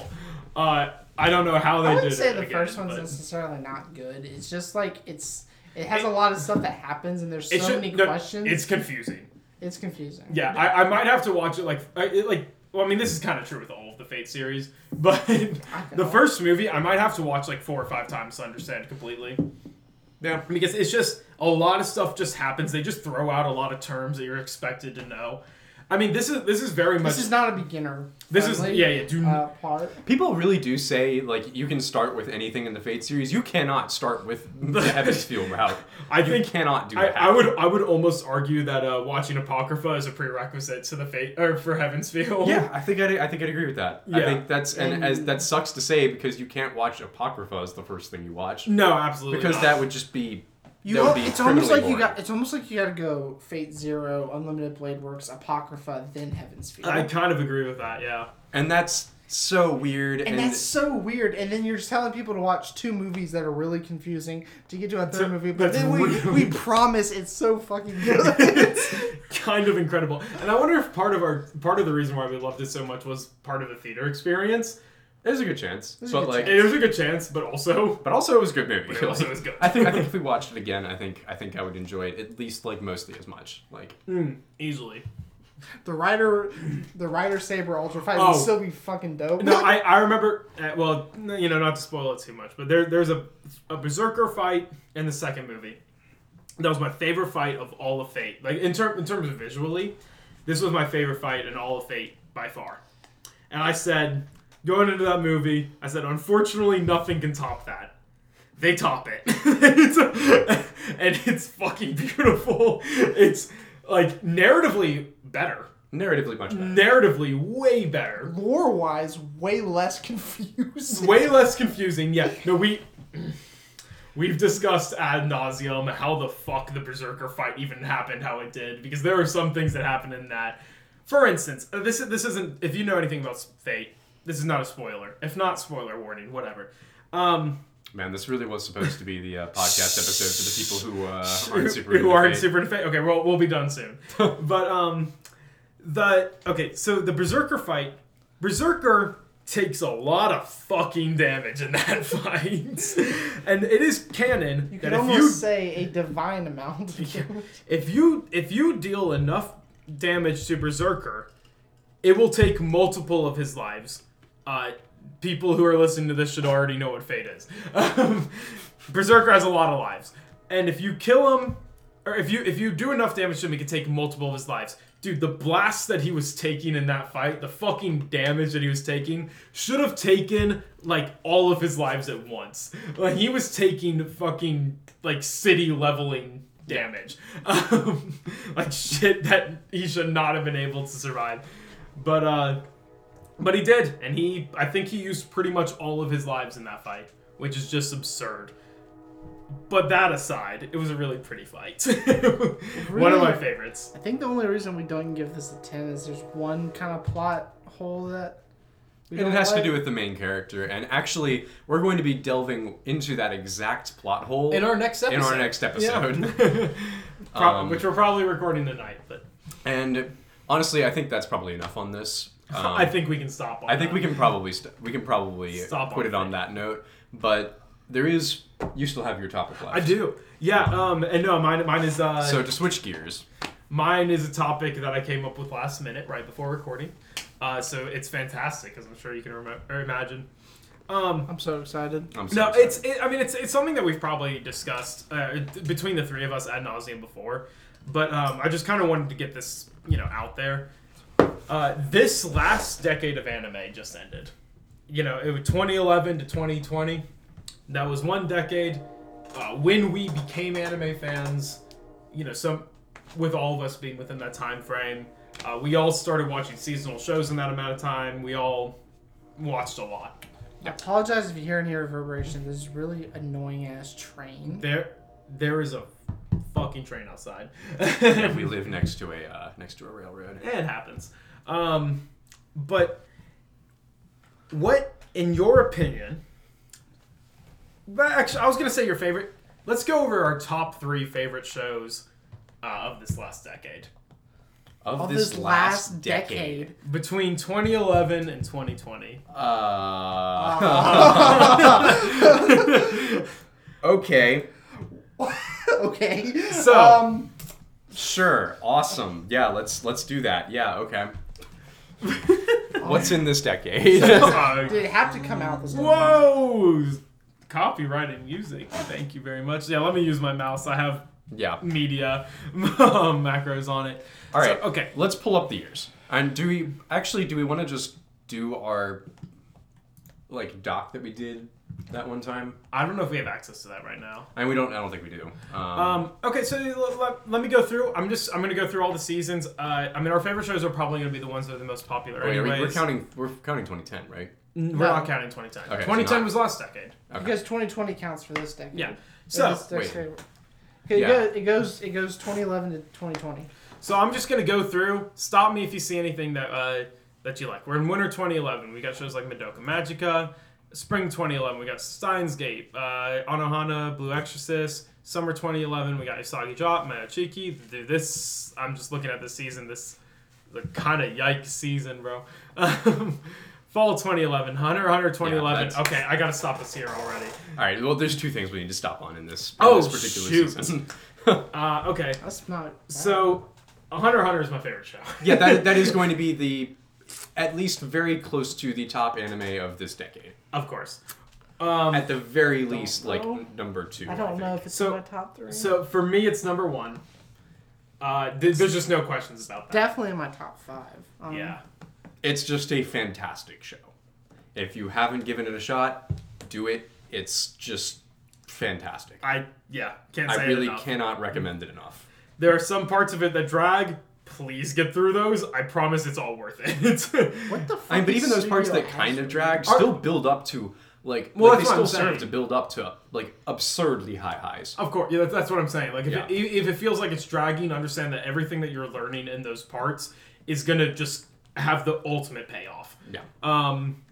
[SPEAKER 2] Uh, I don't know how they
[SPEAKER 3] I
[SPEAKER 2] did
[SPEAKER 3] wouldn't say
[SPEAKER 2] it
[SPEAKER 3] the
[SPEAKER 2] again,
[SPEAKER 3] first one's
[SPEAKER 2] but-
[SPEAKER 3] necessarily not good. It's just like it's it has a lot of stuff that happens and there's so
[SPEAKER 2] It's ju-
[SPEAKER 3] many
[SPEAKER 2] no,
[SPEAKER 3] questions.
[SPEAKER 2] It's
[SPEAKER 3] It's,
[SPEAKER 2] confusing.
[SPEAKER 3] confusing.
[SPEAKER 2] Yeah, I, I might have to watch it like I, it, like. Well, I mean, this is kind of true with all of the Fate series, <laughs> but the first movie I might have to watch like four or five times to understand completely.
[SPEAKER 1] yeah,
[SPEAKER 2] because it's just a lot of stuff just happens. They just throw out a lot of terms that you're expected to know. I mean, this is this is very much
[SPEAKER 3] This is not a beginner.
[SPEAKER 2] This is-
[SPEAKER 3] friendly,
[SPEAKER 2] yeah, yeah, do-
[SPEAKER 3] uh, part.
[SPEAKER 1] people really do say like you can start with anything in the Fate series. You cannot start with <laughs> the Evansfield route.
[SPEAKER 2] I
[SPEAKER 1] You
[SPEAKER 2] think
[SPEAKER 1] cannot do
[SPEAKER 2] I,
[SPEAKER 1] that.
[SPEAKER 2] I would I would almost argue that uh, watching Apocrypha is a prerequisite to the fate or for Heaven's Feel.
[SPEAKER 1] Yeah, I think I'd, I think I'd agree with that. I
[SPEAKER 2] Yeah.
[SPEAKER 1] think that's and
[SPEAKER 3] And-
[SPEAKER 1] as that sucks to say because you can't watch Apocrypha as the first thing you watch
[SPEAKER 2] No, absolutely.
[SPEAKER 1] because
[SPEAKER 2] not.
[SPEAKER 1] that would just be
[SPEAKER 3] You
[SPEAKER 1] that would
[SPEAKER 3] al-
[SPEAKER 1] be
[SPEAKER 3] it's almost like
[SPEAKER 1] criminally
[SPEAKER 3] you got
[SPEAKER 1] boring.
[SPEAKER 3] it's almost like you got to go Fate Zero, Unlimited Blade Works, Apocrypha, then Heaven's Field.
[SPEAKER 2] I kind of agree with that. Yeah.
[SPEAKER 1] <laughs> and that's so weird
[SPEAKER 3] and that's so weird. And then you're telling people to watch two movies that are really confusing to get to a third movie, but
[SPEAKER 2] that's
[SPEAKER 3] then we,
[SPEAKER 2] really-
[SPEAKER 3] we promise it's so fucking
[SPEAKER 2] <laughs>
[SPEAKER 3] good.
[SPEAKER 2] kind of incredible. And I wonder if part of our part of the reason why we loved it so much was part of the theater experience.
[SPEAKER 1] there's a good chance,
[SPEAKER 3] There's a
[SPEAKER 1] but
[SPEAKER 3] good
[SPEAKER 1] like
[SPEAKER 3] chance.
[SPEAKER 2] It was a good chance, but also
[SPEAKER 1] But also, it was a good movie.
[SPEAKER 2] But <laughs> it also was good.
[SPEAKER 1] I think I think if we watched it again, I think I think I would enjoy it at least like mostly as much. Like
[SPEAKER 2] mm, easily.
[SPEAKER 3] the rider, the rider saber ultra fight
[SPEAKER 2] Oh.
[SPEAKER 3] would still be fucking dope.
[SPEAKER 2] No, I, I remember. Uh, well, n- you know, not to spoil it too much, but there there's a a berserker fight in the second movie. That was my favorite fight of all of Fate. Like in term in terms of visually, this was my favorite fight in all of Fate by far. And I said, going into that movie, I said, unfortunately, nothing can top that. They top it, <laughs> and it's fucking beautiful. It's like narratively better,
[SPEAKER 1] narratively much better.
[SPEAKER 2] narratively way better
[SPEAKER 3] lore wise, way less
[SPEAKER 2] <laughs>
[SPEAKER 3] confusing.
[SPEAKER 2] way less confusing. Yeah. No, we we've discussed ad nauseum how the fuck the berserker fight even happened, how it did, because there are some things that happen in that. For instance, uh, this this isn't if you know anything about Fate, this is not a spoiler. If not, spoiler warning, whatever. Um,
[SPEAKER 1] Man, this really was supposed to be the uh, podcast episode for the people who
[SPEAKER 2] <laughs>
[SPEAKER 1] uh,
[SPEAKER 2] who-
[SPEAKER 1] aren't super
[SPEAKER 2] who
[SPEAKER 1] into
[SPEAKER 2] aren't
[SPEAKER 1] Fate.
[SPEAKER 2] super into Fate. Okay, well we'll be done
[SPEAKER 1] <laughs>
[SPEAKER 2] soon. but um, the okay, so the berserker fight, berserker takes a lot of fucking damage in that <laughs> fight, and it is canon
[SPEAKER 3] You could
[SPEAKER 2] that if
[SPEAKER 3] almost
[SPEAKER 2] you
[SPEAKER 3] say a divine amount. Of damage.
[SPEAKER 2] <laughs> if you if you deal enough damage to berserker, it will take multiple of his lives. Uh, people who are listening to this should already know what fate is. Um, berserker has a lot of lives, and if you kill him, or if you if you do enough damage to him, he can take multiple of his lives. Dude, the blast that he was taking in that fight, the fucking damage that he was taking, should have taken like all of his lives at once. Like he was taking fucking like city leveling damage. <laughs> Um, like shit that he should not have been able to survive. But uh but he did, and he I think he used pretty much all of his lives in that fight, which is just absurd. But that aside, it was a really pretty fight. <laughs> One of my favorites.
[SPEAKER 3] I think the only reason we don't give this a ten is there's one kind of plot hole that. We
[SPEAKER 1] And it
[SPEAKER 3] don't
[SPEAKER 1] has to
[SPEAKER 3] like.
[SPEAKER 1] do with the main character. And actually, we're going to be delving into that exact plot hole
[SPEAKER 2] In our next episode.
[SPEAKER 1] in our next episode.
[SPEAKER 2] Pro- <laughs>
[SPEAKER 1] Um,
[SPEAKER 2] which we're probably recording tonight, but
[SPEAKER 1] <laughs> And honestly, I think that's probably enough on this. Um,
[SPEAKER 2] <laughs> I think we can stop. On
[SPEAKER 1] I think
[SPEAKER 2] that.
[SPEAKER 1] we can probably st- we can probably
[SPEAKER 2] Stop
[SPEAKER 1] quit
[SPEAKER 2] on
[SPEAKER 1] it on
[SPEAKER 2] thing.
[SPEAKER 1] that note. But there is you still have your topic left.
[SPEAKER 2] I do. Yeah. Um. And no, mine. Mine is. Uh,
[SPEAKER 1] So to switch gears,
[SPEAKER 2] Mine is a topic that I came up with last minute, right before recording. Uh, so it's fantastic, as I'm sure you can remember, or imagine. Um,
[SPEAKER 3] I'm so excited.
[SPEAKER 1] I'm so
[SPEAKER 2] no,
[SPEAKER 1] sorry.
[SPEAKER 2] it's. It, I mean, it's it's something that we've probably discussed uh, th- between the three of us ad nauseum before, but um, I just kind of wanted to get this, you know, out there. Uh, this last decade of anime just ended. You know, it was 2011 to 2020. That was one decade uh, when we became anime fans. You know, some with all of us being within that time frame, uh, we all started watching seasonal shows in that amount of time. We all watched a lot.
[SPEAKER 3] I apologize if you hear any reverberation. This is really annoying ass train.
[SPEAKER 2] There, there is a fucking train outside. <laughs>
[SPEAKER 1] yeah, we live next to a uh, next to a railroad.
[SPEAKER 2] it happens. Um, but what, in your opinion? But actually, I was gonna say your favorite. Let's go over our top three favorite shows uh, of this last decade
[SPEAKER 1] Of,
[SPEAKER 3] Of
[SPEAKER 1] this, last, decade,
[SPEAKER 3] decade.
[SPEAKER 2] between 2011 and 2020.
[SPEAKER 1] Uh, <laughs> okay,
[SPEAKER 3] <laughs> okay.
[SPEAKER 2] <laughs> So-
[SPEAKER 3] um,
[SPEAKER 1] sure, awesome. Yeah, let's let's do that. Yeah, okay. What's in this
[SPEAKER 2] <laughs>
[SPEAKER 1] decade?
[SPEAKER 2] Uh,
[SPEAKER 3] did it have to come out this
[SPEAKER 2] <laughs>
[SPEAKER 3] time?
[SPEAKER 2] whoa! Copyrighted music. Thank you very much. Yeah, let me use my mouse. I have
[SPEAKER 1] yeah.
[SPEAKER 2] media <laughs> um, macros on it.
[SPEAKER 1] All right.
[SPEAKER 2] So, okay.
[SPEAKER 1] Let's pull up the years. And do we actually do we want to just do our like doc that we did that one time?
[SPEAKER 2] I don't know if we have access to that right now.
[SPEAKER 1] And we don't. I don't think we do. Um,
[SPEAKER 2] Um, okay, so l- l- let me go through. I'm just I'm gonna go through all the seasons. Uh, I mean, our favorite shows are probably gonna be the ones that are the most popular.
[SPEAKER 1] wait, are Oh, we,
[SPEAKER 2] anyways,
[SPEAKER 1] we're counting. We're counting 2010, right?
[SPEAKER 2] N- we're
[SPEAKER 3] No.
[SPEAKER 2] not counting 2010.
[SPEAKER 1] Okay, so
[SPEAKER 2] 2010
[SPEAKER 1] not-
[SPEAKER 2] was last decade.
[SPEAKER 1] Okay.
[SPEAKER 3] Because 2020 counts for this decade.
[SPEAKER 2] Yeah.
[SPEAKER 3] Or
[SPEAKER 2] So
[SPEAKER 3] this next
[SPEAKER 1] wait.
[SPEAKER 3] decade. Okay,
[SPEAKER 1] Yeah.
[SPEAKER 3] It, goes, it goes. It goes 2011 to 2020.
[SPEAKER 2] so I'm just gonna go through. Stop me if you see anything that uh, that you like. We're in winter 2011. We got shows like Madoka Magica. Spring 2011, we got Steins Gate, uh, Anohana, Blue Exorcist. Summer 2011, we got Isagi Drop, Mayochiki. Dude, this I'm just looking at this season. This the kind of yikes season, bro. Um, <laughs> fall 2011, Hunter Hunter 2011.
[SPEAKER 1] that's-
[SPEAKER 2] okay, I gotta stop us here already.
[SPEAKER 1] All right. Well, there's two things we need to stop on in this, in
[SPEAKER 2] Oh,
[SPEAKER 1] this particular
[SPEAKER 2] shoot.
[SPEAKER 1] season.
[SPEAKER 2] Uh, okay,
[SPEAKER 3] That's not.
[SPEAKER 2] so Hunter Hunter is my favorite show.
[SPEAKER 1] <laughs> yeah, that, that is going to be the at least very close to the top anime of this decade.
[SPEAKER 2] <laughs> of course. Um,
[SPEAKER 1] At the very least, like
[SPEAKER 3] know.
[SPEAKER 1] n- number two.
[SPEAKER 3] I don't
[SPEAKER 1] think.
[SPEAKER 3] know if it's
[SPEAKER 2] So-
[SPEAKER 3] in my top three.
[SPEAKER 2] So for me, it's number one. Uh, th- there's just no questions about that.
[SPEAKER 3] Definitely in my top five. Um,
[SPEAKER 2] Yeah.
[SPEAKER 1] It's just a fantastic show. If you haven't given it a shot, do it. It's just fantastic.
[SPEAKER 2] I yeah can't say
[SPEAKER 1] I
[SPEAKER 2] it
[SPEAKER 1] really
[SPEAKER 2] enough.
[SPEAKER 1] cannot recommend it enough.
[SPEAKER 2] There are some parts of it that drag. Please get through those. I promise it's all worth it. <laughs>
[SPEAKER 3] What the fuck?
[SPEAKER 1] I mean, but
[SPEAKER 3] is
[SPEAKER 1] even those parts
[SPEAKER 3] Studio
[SPEAKER 1] that kind of
[SPEAKER 3] Ash-
[SPEAKER 1] drag
[SPEAKER 2] Are-
[SPEAKER 1] still build up to like,
[SPEAKER 2] Well,
[SPEAKER 1] like they
[SPEAKER 2] that's what
[SPEAKER 1] still
[SPEAKER 2] I'm
[SPEAKER 1] serve
[SPEAKER 2] saying. Oh.
[SPEAKER 1] to build up to like absurdly high highs.
[SPEAKER 2] of course, yeah, that's, that's what I'm saying. Like if,
[SPEAKER 1] Yeah.
[SPEAKER 2] it, if it feels like it's dragging, understand that everything that you're learning in those parts is gonna just have the ultimate payoff.
[SPEAKER 1] Yeah.
[SPEAKER 2] Um,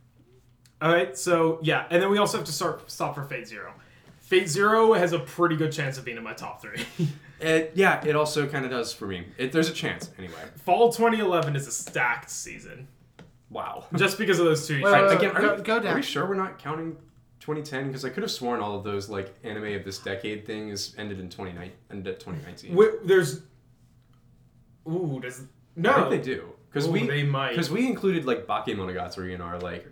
[SPEAKER 2] all right, so yeah, and then we also have to start stop for Fate Zero. Fate Zero has a pretty good chance of being in my top three. <laughs>
[SPEAKER 1] It, yeah, it also kind of does for me. It, there's a chance anyway.
[SPEAKER 2] Fall 2011 is a stacked season.
[SPEAKER 1] Wow.
[SPEAKER 2] just because of those two.
[SPEAKER 3] Wait, wait, Uh, wait.
[SPEAKER 1] Again, are,
[SPEAKER 3] Uh, go-
[SPEAKER 1] we,
[SPEAKER 3] go
[SPEAKER 1] are
[SPEAKER 3] down.
[SPEAKER 1] we sure we're not counting 2010? Because I could have sworn all of those like anime of this decade things ended in 29 ended at 2019.
[SPEAKER 2] Wait, there's. Ooh, does
[SPEAKER 1] I
[SPEAKER 2] no?
[SPEAKER 1] think they do because
[SPEAKER 2] Ooh,
[SPEAKER 1] we
[SPEAKER 2] they might.
[SPEAKER 1] because we included like Bakemonogatari in our like.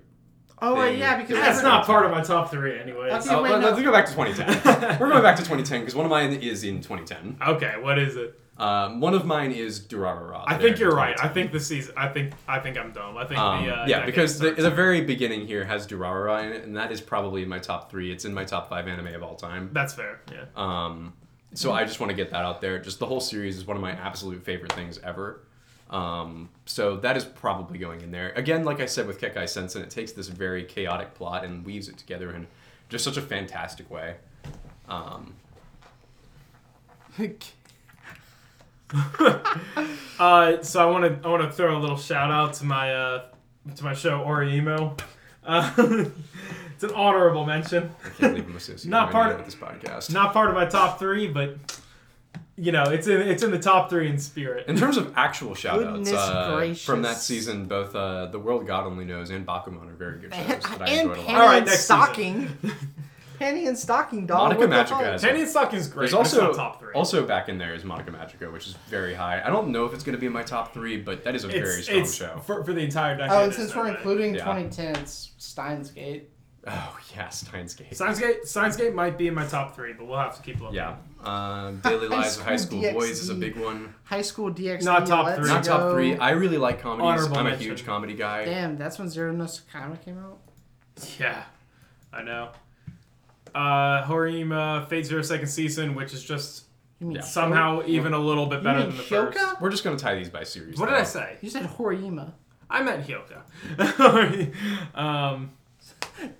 [SPEAKER 3] Oh wait,
[SPEAKER 1] thing.
[SPEAKER 3] yeah, because
[SPEAKER 2] That's
[SPEAKER 1] Yeah.
[SPEAKER 2] not
[SPEAKER 3] <laughs>
[SPEAKER 2] part of my top three, anyways.
[SPEAKER 3] Okay.
[SPEAKER 1] Oh,
[SPEAKER 3] wait,
[SPEAKER 1] let,
[SPEAKER 3] no.
[SPEAKER 1] us go back to
[SPEAKER 2] <laughs>
[SPEAKER 1] 2010. we're going back to 2010 because one of mine is in 2010.
[SPEAKER 2] Okay, what is it?
[SPEAKER 1] Um, one of mine is Durarara.
[SPEAKER 2] I think you're right. I think the season. I think. I think I'm dumb. I think
[SPEAKER 1] Um,
[SPEAKER 2] the. Uh,
[SPEAKER 1] yeah,
[SPEAKER 2] decade
[SPEAKER 1] because the,
[SPEAKER 2] starts-
[SPEAKER 1] the very beginning here has Durarara in it, and that is probably in my top three. It's in my top five anime of all time.
[SPEAKER 2] that's fair. Yeah.
[SPEAKER 1] Um, so I just want to get that out there. Just the whole series is one of my absolute favorite things ever. Um, so that is probably going in there. Again, like I said with Kekai Sensen, it takes this very chaotic plot and weaves it together in just such a fantastic way.
[SPEAKER 2] <laughs>
[SPEAKER 1] Um,
[SPEAKER 2] Uh, so I want to. I want to throw a little shout out to my. Uh, to my show Oriemo. Uh, <laughs> it's an honorable mention.
[SPEAKER 1] I can't believe I'm associated
[SPEAKER 2] Not
[SPEAKER 1] right
[SPEAKER 2] part
[SPEAKER 1] now
[SPEAKER 2] of-
[SPEAKER 1] with this podcast.
[SPEAKER 2] Not part of my top three, but you know, it's in it's in the top three in spirit.
[SPEAKER 1] In terms of actual shoutouts
[SPEAKER 3] Goodness
[SPEAKER 1] uh,
[SPEAKER 3] gracious.
[SPEAKER 1] from that season, both uh, The World God Only Knows and Bakuman are very good shows
[SPEAKER 3] And,
[SPEAKER 1] that I
[SPEAKER 3] and
[SPEAKER 1] enjoyed a
[SPEAKER 3] Penny
[SPEAKER 1] lot.
[SPEAKER 2] All right,
[SPEAKER 3] and
[SPEAKER 2] next
[SPEAKER 3] Stocking.
[SPEAKER 1] <laughs>
[SPEAKER 3] Penny and Stocking, dog.
[SPEAKER 1] Monica
[SPEAKER 3] what the
[SPEAKER 1] Magic
[SPEAKER 3] fuck? Oh,
[SPEAKER 1] has
[SPEAKER 2] Penny and Stockin's great.
[SPEAKER 1] There's
[SPEAKER 2] but it's
[SPEAKER 1] also
[SPEAKER 2] not top three.
[SPEAKER 1] also back in there is Monica Magica, which is very high. I don't know if it's going to be in my top three, but that is a
[SPEAKER 2] it's,
[SPEAKER 1] very strong
[SPEAKER 2] it's
[SPEAKER 1] show.
[SPEAKER 2] For, for the entire decade.
[SPEAKER 3] Oh, and
[SPEAKER 2] it's
[SPEAKER 3] since
[SPEAKER 2] no
[SPEAKER 3] we're
[SPEAKER 2] way.
[SPEAKER 3] including
[SPEAKER 1] Yeah.
[SPEAKER 3] 2010s, Steins Gate.
[SPEAKER 1] Oh yeah, Steins Gate.
[SPEAKER 2] Steins Gate, Steins Gate might be in my top three, but we'll have to keep looking.
[SPEAKER 1] Yeah,
[SPEAKER 3] <laughs>
[SPEAKER 1] um, Daily
[SPEAKER 3] High
[SPEAKER 1] Lives of High
[SPEAKER 3] School
[SPEAKER 1] School Boys is a
[SPEAKER 3] DxD.
[SPEAKER 1] big one.
[SPEAKER 3] High School DxD.
[SPEAKER 2] Not top
[SPEAKER 3] Let's
[SPEAKER 2] three.
[SPEAKER 1] Not top
[SPEAKER 3] Go.
[SPEAKER 1] three. I really like comedies.
[SPEAKER 2] Honorable
[SPEAKER 1] I'm a
[SPEAKER 2] mention.
[SPEAKER 1] huge comedy guy.
[SPEAKER 3] Damn, that's when Zero No Sakama came out.
[SPEAKER 2] Yeah, I know. Uh, Horima Fate Zero Second Season, which is just
[SPEAKER 3] You mean
[SPEAKER 1] Yeah.
[SPEAKER 2] somehow
[SPEAKER 3] Shou-
[SPEAKER 2] even a little bit
[SPEAKER 3] You
[SPEAKER 2] better
[SPEAKER 3] mean
[SPEAKER 2] than the
[SPEAKER 3] Hyoka?
[SPEAKER 2] first.
[SPEAKER 1] We're just going to tie these by series.
[SPEAKER 2] What did
[SPEAKER 1] though.
[SPEAKER 2] I say?
[SPEAKER 3] You said Horima.
[SPEAKER 2] I meant Hyoka. <laughs> um,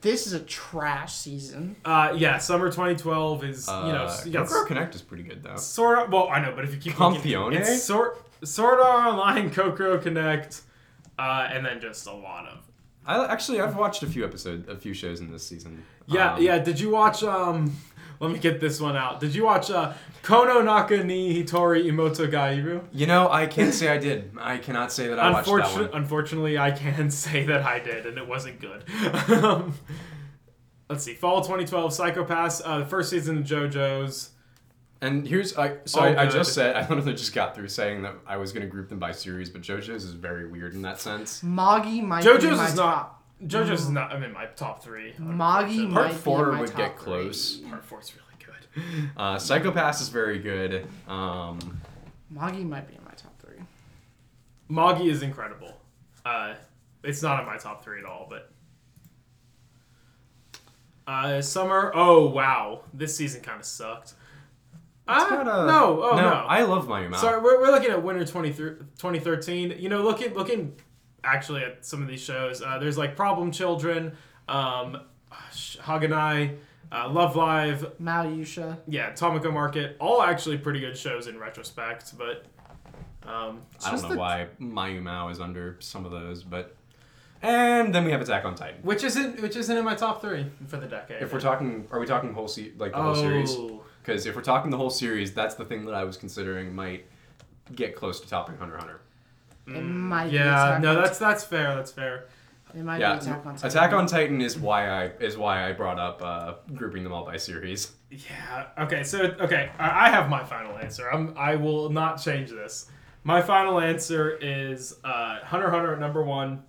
[SPEAKER 3] This is a trash season.
[SPEAKER 2] uh, yeah, summer 2012 is you know
[SPEAKER 1] Uh,
[SPEAKER 2] you got
[SPEAKER 1] Kokoro Connect is pretty good though.
[SPEAKER 2] sort of well I know, but if you keep looking,
[SPEAKER 1] Campione?
[SPEAKER 2] it's sort sort of online Kokoro Connect, uh, and then just a lot of
[SPEAKER 1] I actually I've watched a few episodes, a few shows in this season.
[SPEAKER 2] Yeah,
[SPEAKER 1] Um,
[SPEAKER 2] yeah. Did you watch? Um, let me get this one out. Did you watch uh, Kono Naka ni Hitori Imoto Gairu?
[SPEAKER 1] You know, I can't say I did. I cannot say that I watched that
[SPEAKER 2] Unfortunately,
[SPEAKER 1] one.
[SPEAKER 2] unfortunately, I can <laughs> say that I did, and it wasn't good. <laughs> um, let's see. Fall 2012, Psychopaths, uh, the first season of JoJo's.
[SPEAKER 1] And here's I so
[SPEAKER 2] All
[SPEAKER 1] I, I
[SPEAKER 2] good.
[SPEAKER 1] just said I literally just got through saying that I was gonna group them by series, but JoJo's is very weird in that sense.
[SPEAKER 3] Moggy might be
[SPEAKER 2] JoJo's
[SPEAKER 3] my
[SPEAKER 2] is
[SPEAKER 3] top.
[SPEAKER 2] not. JoJo's
[SPEAKER 1] Hmm.
[SPEAKER 2] is not. I'm in my top three.
[SPEAKER 3] Moggy
[SPEAKER 2] unfortunately.
[SPEAKER 1] Part
[SPEAKER 3] might be
[SPEAKER 1] four
[SPEAKER 3] in my
[SPEAKER 1] would
[SPEAKER 3] top
[SPEAKER 1] get
[SPEAKER 3] three.
[SPEAKER 1] close.
[SPEAKER 2] Part four is really good.
[SPEAKER 1] Uh, Psychopaths is very good. Um,
[SPEAKER 3] Moggy might be in my top three.
[SPEAKER 2] Moggy is incredible. Uh, it's not in my top three at all, but. Uh, summer. Oh wow, this season kind of sucked.
[SPEAKER 1] it's
[SPEAKER 2] Ah,
[SPEAKER 1] got a-
[SPEAKER 2] no, oh no.
[SPEAKER 1] I love Mayumao.
[SPEAKER 2] Sorry, we're, we're looking at winter 20, 2013. You know, looking looking actually at some of these shows. Uh, there's like Problem Children, um, Haganai, uh, Love Live,
[SPEAKER 3] Malyusha.
[SPEAKER 2] yeah, Tomoko Market. All actually pretty good shows in retrospect, but um,
[SPEAKER 1] I don't
[SPEAKER 3] just
[SPEAKER 1] know
[SPEAKER 3] the-
[SPEAKER 1] why Mayumao is under some of those, but and then we have Attack on Titan.
[SPEAKER 2] Which isn't which isn't in my top three for the decade.
[SPEAKER 1] If we're talking, are we talking whole se- like the whole
[SPEAKER 2] Oh.
[SPEAKER 1] series? Because if we're talking the whole series, that's the thing that I was considering might get close to topping Hunter x Hunter.
[SPEAKER 3] It might be
[SPEAKER 2] Mm, yeah,
[SPEAKER 3] Attack
[SPEAKER 2] no,
[SPEAKER 3] on
[SPEAKER 2] that's that's fair. That's fair.
[SPEAKER 3] It might
[SPEAKER 1] yeah,
[SPEAKER 3] be Attack on Titan.
[SPEAKER 1] Attack on Titan is why I is why I brought up uh, grouping them all by series.
[SPEAKER 2] Yeah. Okay. So okay, I I have my final answer. I'm I will not change this. My final answer is uh, Hunter x Hunter at number one.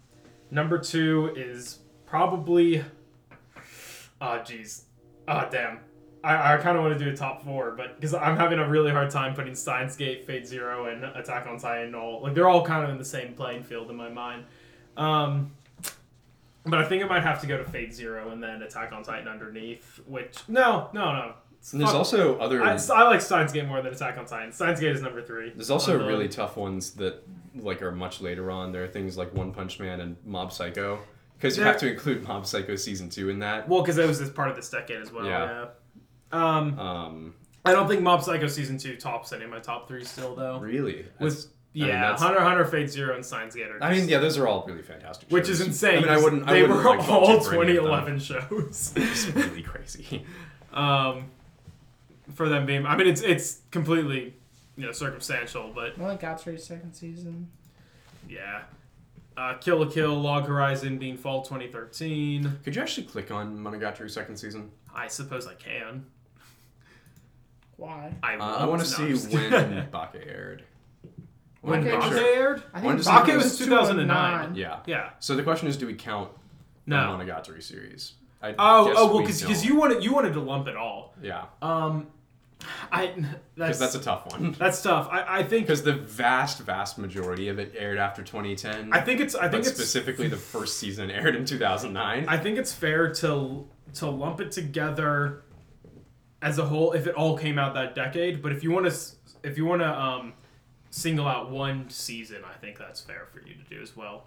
[SPEAKER 2] Number two is probably. Oh jeez. Oh damn. I, I kind of want to do a top four, but because I'm having a really hard time putting Steins Gate, Fate Zero, and Attack on Titan all like they're all kind of in the same playing field in my mind. Um, but I think it might have to go to Fate Zero and then Attack on Titan underneath. Which no, no, no.
[SPEAKER 1] And there's
[SPEAKER 2] Fuck.
[SPEAKER 1] also other
[SPEAKER 2] I, I like Steins Gate more than Attack on Titan. Steins Gate is number three. Um,
[SPEAKER 1] there's also
[SPEAKER 2] on the-
[SPEAKER 1] really tough ones that like are much later on. There are things like One Punch Man and Mob Psycho because you
[SPEAKER 2] There-
[SPEAKER 1] have to include Mob Psycho season two in that.
[SPEAKER 2] well because that was this part of this decade as well. Yeah.
[SPEAKER 1] Yeah.
[SPEAKER 2] Um,
[SPEAKER 1] Um,
[SPEAKER 2] I don't think Mob Psycho season two tops any of my top three still though.
[SPEAKER 1] really,
[SPEAKER 2] With
[SPEAKER 1] That's- I
[SPEAKER 2] yeah,
[SPEAKER 1] mean, that's-
[SPEAKER 2] Hunter x Hunter, Fate Zero, and Steins Gate are.
[SPEAKER 1] I mean,
[SPEAKER 2] just-
[SPEAKER 1] yeah, those are all really fantastic.
[SPEAKER 2] which is
[SPEAKER 1] shows.
[SPEAKER 2] insane.
[SPEAKER 1] I mean, I
[SPEAKER 2] 'cause
[SPEAKER 1] wouldn't. I
[SPEAKER 2] They
[SPEAKER 1] wouldn't,
[SPEAKER 2] were
[SPEAKER 1] like, vote
[SPEAKER 2] all
[SPEAKER 1] for any of them.
[SPEAKER 2] 2011 shows.
[SPEAKER 1] <laughs> It's really crazy.
[SPEAKER 2] um, for them being, I mean, it's it's completely you know circumstantial, but
[SPEAKER 3] Well, it got to its second season.
[SPEAKER 2] yeah. Uh, Kill a Kill, Log Horizon being fall 2013.
[SPEAKER 1] Could you actually click on Monogatari second season?
[SPEAKER 2] I suppose I can.
[SPEAKER 3] Why?
[SPEAKER 2] I,
[SPEAKER 1] Uh, I want to see when Baka aired. I wanna
[SPEAKER 2] when
[SPEAKER 3] Okay,
[SPEAKER 1] make
[SPEAKER 2] Baka
[SPEAKER 1] sure-
[SPEAKER 2] aired.
[SPEAKER 3] I
[SPEAKER 1] When
[SPEAKER 3] think
[SPEAKER 1] does
[SPEAKER 3] Baka
[SPEAKER 1] it-
[SPEAKER 3] was
[SPEAKER 2] 2009.
[SPEAKER 3] 2009.
[SPEAKER 1] Yeah.
[SPEAKER 2] Yeah.
[SPEAKER 1] So the question is, do we count
[SPEAKER 2] No.
[SPEAKER 1] the Monogatari series? I
[SPEAKER 2] Oh,
[SPEAKER 1] guess
[SPEAKER 2] oh well,
[SPEAKER 1] we
[SPEAKER 2] because
[SPEAKER 1] don't.
[SPEAKER 2] you wanted you wanted to lump it all.
[SPEAKER 1] yeah,
[SPEAKER 2] Um, I that's
[SPEAKER 1] because
[SPEAKER 2] that's,
[SPEAKER 1] that's a tough one. <laughs>
[SPEAKER 2] tough. I, I think
[SPEAKER 1] Because the vast, vast majority of it aired after 2010.
[SPEAKER 2] I think it's I
[SPEAKER 1] but
[SPEAKER 2] think it's
[SPEAKER 1] specifically the first season aired in 2009.
[SPEAKER 2] I think it's fair to to lump it together as a whole if it all came out that decade. But if you want to if you want to um, single out one season, I think that's fair for you to do as well.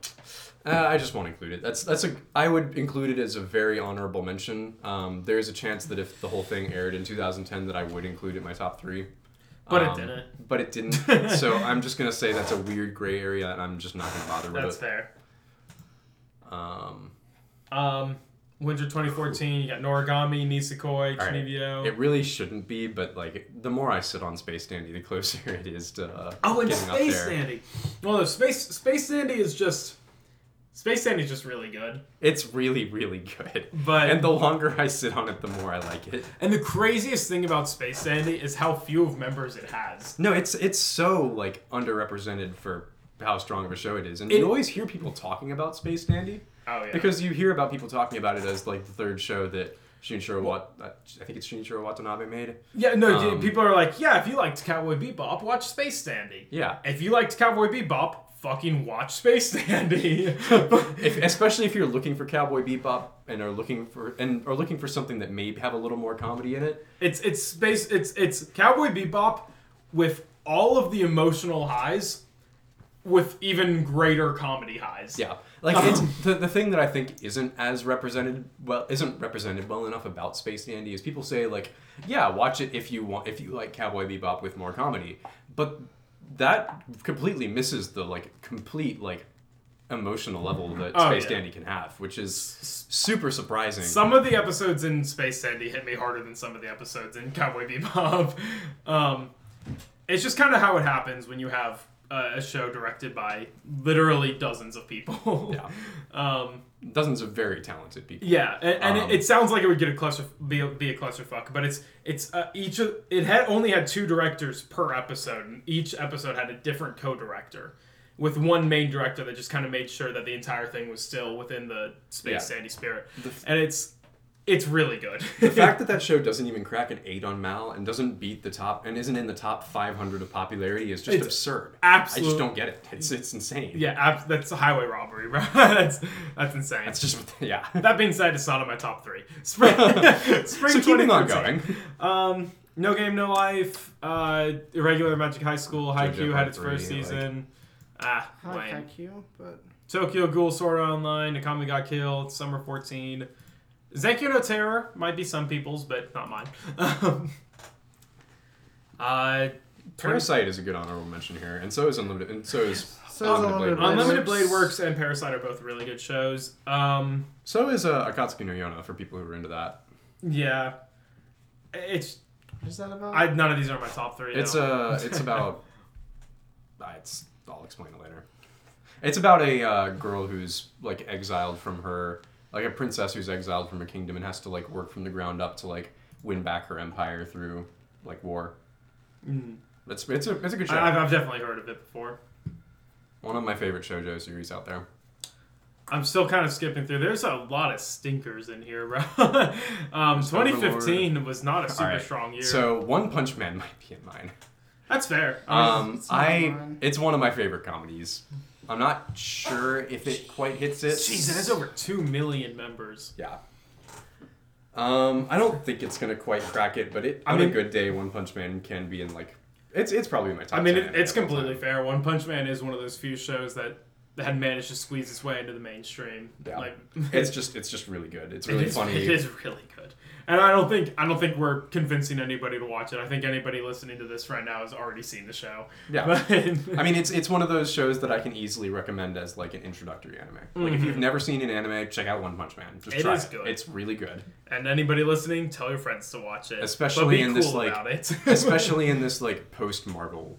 [SPEAKER 1] Uh, I just won't include it. That's that's a. I would include it as a very honorable mention. Um, there is a chance that if the whole thing aired in 2010, that I would include it in my top three.
[SPEAKER 2] But it
[SPEAKER 1] Um,
[SPEAKER 2] didn't.
[SPEAKER 1] But it
[SPEAKER 2] <laughs>
[SPEAKER 1] didn't. so I'm just gonna say that's a weird gray area, and I'm just not gonna bother with
[SPEAKER 2] That's
[SPEAKER 1] it.
[SPEAKER 2] fair.
[SPEAKER 1] Um,
[SPEAKER 2] Um, Winter 2014. You got Noragami, Nisekoi,
[SPEAKER 1] All right.
[SPEAKER 2] Chinibyo.
[SPEAKER 1] It really shouldn't be, but like the more I sit on Space Dandy, the closer <laughs> it is to uh,
[SPEAKER 2] Oh, and
[SPEAKER 1] getting up
[SPEAKER 2] Space
[SPEAKER 1] there.
[SPEAKER 2] Sandy. Well, no, Space Space Sandy is just Space Sandy is just really good.
[SPEAKER 1] It's really, really good.
[SPEAKER 2] But
[SPEAKER 1] And the longer I sit on it, the more I like it.
[SPEAKER 2] and the craziest thing about Space Sandy is how few of members it has.
[SPEAKER 1] No, it's it's so like underrepresented for how strong of a show it is, and
[SPEAKER 2] It-
[SPEAKER 1] you always hear people talking about Space Dandy
[SPEAKER 2] Oh yeah.
[SPEAKER 1] because you hear about people talking about it as like the third show that Shinichiro Wat, uh, I think it's Shinichiro Watanabe made.
[SPEAKER 2] yeah, no, dude,
[SPEAKER 1] um,
[SPEAKER 2] people are like, yeah, if you liked Cowboy Bebop, watch Space Sandy.
[SPEAKER 1] Yeah,
[SPEAKER 2] If you liked Cowboy Bebop, fucking watch Space Sandy.
[SPEAKER 1] <laughs>
[SPEAKER 2] <laughs>
[SPEAKER 1] if, especially if you're looking for Cowboy Bebop and are looking for and are looking for something that may have a little more comedy in it.
[SPEAKER 2] It's it's space. It's it's Cowboy Bebop with all of the emotional highs, with even greater comedy highs.
[SPEAKER 1] Yeah, like it's Um, the, the thing that I think isn't as represented well isn't represented well enough about Space Dandy is people say like, yeah, watch it if you want if you like Cowboy Bebop with more comedy, but that completely misses the like complete like emotional level that
[SPEAKER 2] Oh,
[SPEAKER 1] Space
[SPEAKER 2] yeah.
[SPEAKER 1] Dandy can have, which is super surprising.
[SPEAKER 2] Some of the episodes in Space Sandy hit me harder than some of the episodes in Cowboy Bebop. <laughs> Um, it's just kind of how it happens when you have uh, a show directed by literally dozens of people.
[SPEAKER 1] Yeah.
[SPEAKER 2] <laughs> Um,
[SPEAKER 1] Dozens of very talented people.
[SPEAKER 2] Yeah, and, and
[SPEAKER 1] Um,
[SPEAKER 2] it, it sounds like it would get a cluster be a, be a clusterfuck, but it's it's uh, each of it had only had two directors per episode, and each episode had a different co-director, with one main director that just kind of made sure that the entire thing was still within the space
[SPEAKER 1] Yeah.
[SPEAKER 2] sandy spirit,
[SPEAKER 1] The f-
[SPEAKER 2] and it's it's really good.
[SPEAKER 1] the fact that that show doesn't even crack an eight on Mal and doesn't beat the top and isn't in the top 500 of popularity is just
[SPEAKER 2] It's
[SPEAKER 1] absurd. I
[SPEAKER 2] <laughs> absolute-
[SPEAKER 1] just don't get it. It's it's insane.
[SPEAKER 2] yeah, ab- that's highway robbery, bro. <laughs> that's that's insane.
[SPEAKER 1] That's just <laughs> what- yeah.
[SPEAKER 2] that being said, it's not on my
[SPEAKER 1] <laughs>
[SPEAKER 2] top three. Spring, <laughs> spring
[SPEAKER 1] so keeping on
[SPEAKER 2] 2013.
[SPEAKER 1] going.
[SPEAKER 2] Um, No Game No Life, uh, Irregular Magic High School, Haikyuu
[SPEAKER 1] JoJo
[SPEAKER 2] had its
[SPEAKER 1] Part
[SPEAKER 2] first
[SPEAKER 1] Three, like-
[SPEAKER 2] season. ah,
[SPEAKER 3] I like
[SPEAKER 2] lame.
[SPEAKER 3] IQ, but
[SPEAKER 2] Tokyo Ghoul Sword Art Online, Nakami Got Killed, Summer 14. Zenkyo no Terror might be some people's, but not mine. <laughs> Um, uh,
[SPEAKER 1] <laughs> Parasite is a good honorable mention here, and so is Unlimited, and so is
[SPEAKER 3] So is Unlimited Blade
[SPEAKER 2] Unlimited
[SPEAKER 3] Works.
[SPEAKER 2] Blade Works and Parasite are both really good shows. Um,
[SPEAKER 1] So is uh, Akatsuki no Yona for people who are into that.
[SPEAKER 2] yeah. It's
[SPEAKER 3] what is that about?
[SPEAKER 2] I none of these are my top three.
[SPEAKER 1] It's
[SPEAKER 2] no.
[SPEAKER 1] uh, it's about. <laughs> Ah, it's I'll explain it later. It's about a uh, girl who's like exiled from her, like a princess who's exiled from her kingdom and has to like work from the ground up to like win back her empire through like war.
[SPEAKER 2] <laughs> Mm.
[SPEAKER 1] It's it's a it's a good show.
[SPEAKER 2] I, I've, I've definitely heard of it before.
[SPEAKER 1] One of my favorite shoujo series out there.
[SPEAKER 2] I'm still kind of skipping through. There's a lot of stinkers in here, bro. <laughs> um, 2015 was not a super
[SPEAKER 1] Alright,
[SPEAKER 2] strong year.
[SPEAKER 1] So One Punch Man <laughs> might be in mine.
[SPEAKER 2] That's fair. I mean,
[SPEAKER 1] Um,
[SPEAKER 3] It's not
[SPEAKER 1] I
[SPEAKER 3] mine.
[SPEAKER 1] it's one of my favorite comedies. I'm not sure if it quite hits it.
[SPEAKER 2] Jesus, that's over two million members.
[SPEAKER 1] Yeah. Um, I don't think it's gonna quite crack it, but it
[SPEAKER 2] I
[SPEAKER 1] on
[SPEAKER 2] mean-
[SPEAKER 1] a good day, One Punch Man can be in like it's it's probably in my top.
[SPEAKER 2] I mean,
[SPEAKER 1] 10
[SPEAKER 2] it, it's
[SPEAKER 1] at one
[SPEAKER 2] completely
[SPEAKER 1] time.
[SPEAKER 2] fair. One Punch Man is one of those few shows that that had managed to squeeze its way into the mainstream.
[SPEAKER 1] Yeah.
[SPEAKER 2] Like,
[SPEAKER 1] <laughs>
[SPEAKER 2] <laughs>
[SPEAKER 1] It's just it's just really good. It's really
[SPEAKER 2] it is,
[SPEAKER 1] funny.
[SPEAKER 2] It is really good. And I don't think I don't think we're convincing anybody to watch it. I think anybody listening to this right now has already seen the show.
[SPEAKER 1] Yeah.
[SPEAKER 2] <laughs> But-
[SPEAKER 1] I mean, it's it's one of those shows that I can easily recommend as like an introductory anime. Like if you've never seen an anime, check out One Punch Man. Just
[SPEAKER 2] Mm-hmm. It
[SPEAKER 1] try
[SPEAKER 2] is good.
[SPEAKER 1] It's really good.
[SPEAKER 2] and anybody listening, tell your friends to watch it. But
[SPEAKER 1] Especially
[SPEAKER 2] be
[SPEAKER 1] in this,
[SPEAKER 2] cool
[SPEAKER 1] like,
[SPEAKER 2] about it. <laughs>
[SPEAKER 1] especially in this like post Marvel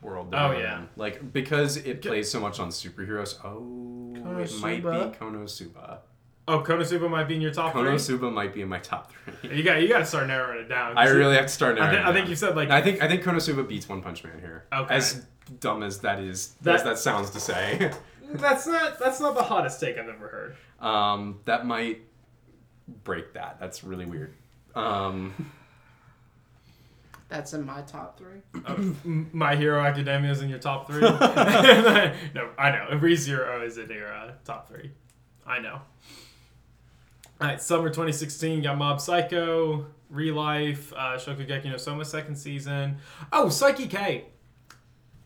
[SPEAKER 1] world. that
[SPEAKER 2] Oh,
[SPEAKER 1] we're
[SPEAKER 2] yeah.
[SPEAKER 1] in. like because it plays so much on superheroes. Oh, it might be
[SPEAKER 3] Konosuba.
[SPEAKER 1] Konosuba.
[SPEAKER 2] Oh, Konosuba might be in your top three.
[SPEAKER 1] Konosuba might be in my top three.
[SPEAKER 2] <laughs> You got you got to start narrowing it down.
[SPEAKER 1] I really have to start
[SPEAKER 2] I,
[SPEAKER 1] narrowing.
[SPEAKER 2] thi- I
[SPEAKER 1] it
[SPEAKER 2] think
[SPEAKER 1] down.
[SPEAKER 2] you said like
[SPEAKER 1] I think I think Konosuba beats One Punch Man here.
[SPEAKER 2] Okay.
[SPEAKER 1] As dumb as that is,
[SPEAKER 2] That-
[SPEAKER 1] as that sounds to say, <laughs>
[SPEAKER 2] that's not that's not the hottest take I've ever heard.
[SPEAKER 1] um, that might break that. That's really weird. Um,
[SPEAKER 3] That's in my top three.
[SPEAKER 2] M- My Hero Academia is in your
[SPEAKER 1] <laughs>
[SPEAKER 2] top three. <laughs> no, I know. ReZero is in your uh, top three. I know. All right, summer 2016 you got Mob Psycho, Relife, uh, Shokugeki no Soma second season. Oh, Psyche K.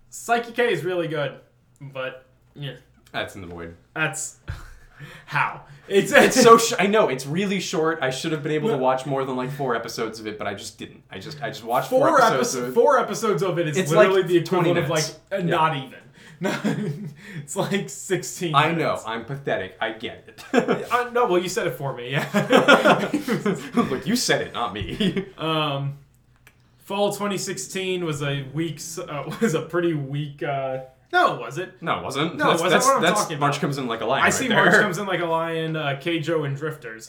[SPEAKER 2] Psyche K is really good, but yeah,
[SPEAKER 1] that's in the void.
[SPEAKER 2] that's <laughs> how it's
[SPEAKER 1] It's
[SPEAKER 2] <laughs>
[SPEAKER 1] so sh- I know it's really short. I should have been able to watch more than like four episodes of it, but I just didn't. I just I just watched <laughs> four,
[SPEAKER 2] four
[SPEAKER 1] episodes.
[SPEAKER 2] episodes.
[SPEAKER 1] of it.
[SPEAKER 2] Four episodes of it is
[SPEAKER 1] It's
[SPEAKER 2] literally
[SPEAKER 1] like
[SPEAKER 2] the equivalent
[SPEAKER 1] 20
[SPEAKER 2] of like
[SPEAKER 1] minutes.
[SPEAKER 2] uh,
[SPEAKER 1] Yeah.
[SPEAKER 2] not even. <laughs> No, it's like 16.
[SPEAKER 1] I know.
[SPEAKER 2] minutes.
[SPEAKER 1] I'm pathetic. I get <laughs> it.
[SPEAKER 2] I, Uh, no, well, you said it for
[SPEAKER 1] <laughs>
[SPEAKER 2] me, yeah.
[SPEAKER 1] Look, you said it, not me. <laughs>
[SPEAKER 2] um, fall 2016 was a weak, s- uh, <laughs> was a pretty weak. Uh, no, was it?
[SPEAKER 1] No, it wasn't.
[SPEAKER 2] No, it wasn't what I'm
[SPEAKER 1] that's
[SPEAKER 2] talking
[SPEAKER 1] March
[SPEAKER 2] about.
[SPEAKER 1] comes in like a lion.
[SPEAKER 2] I
[SPEAKER 1] right
[SPEAKER 2] see
[SPEAKER 1] there.
[SPEAKER 2] March comes in like a lion, uh, Keijo, and Drifters.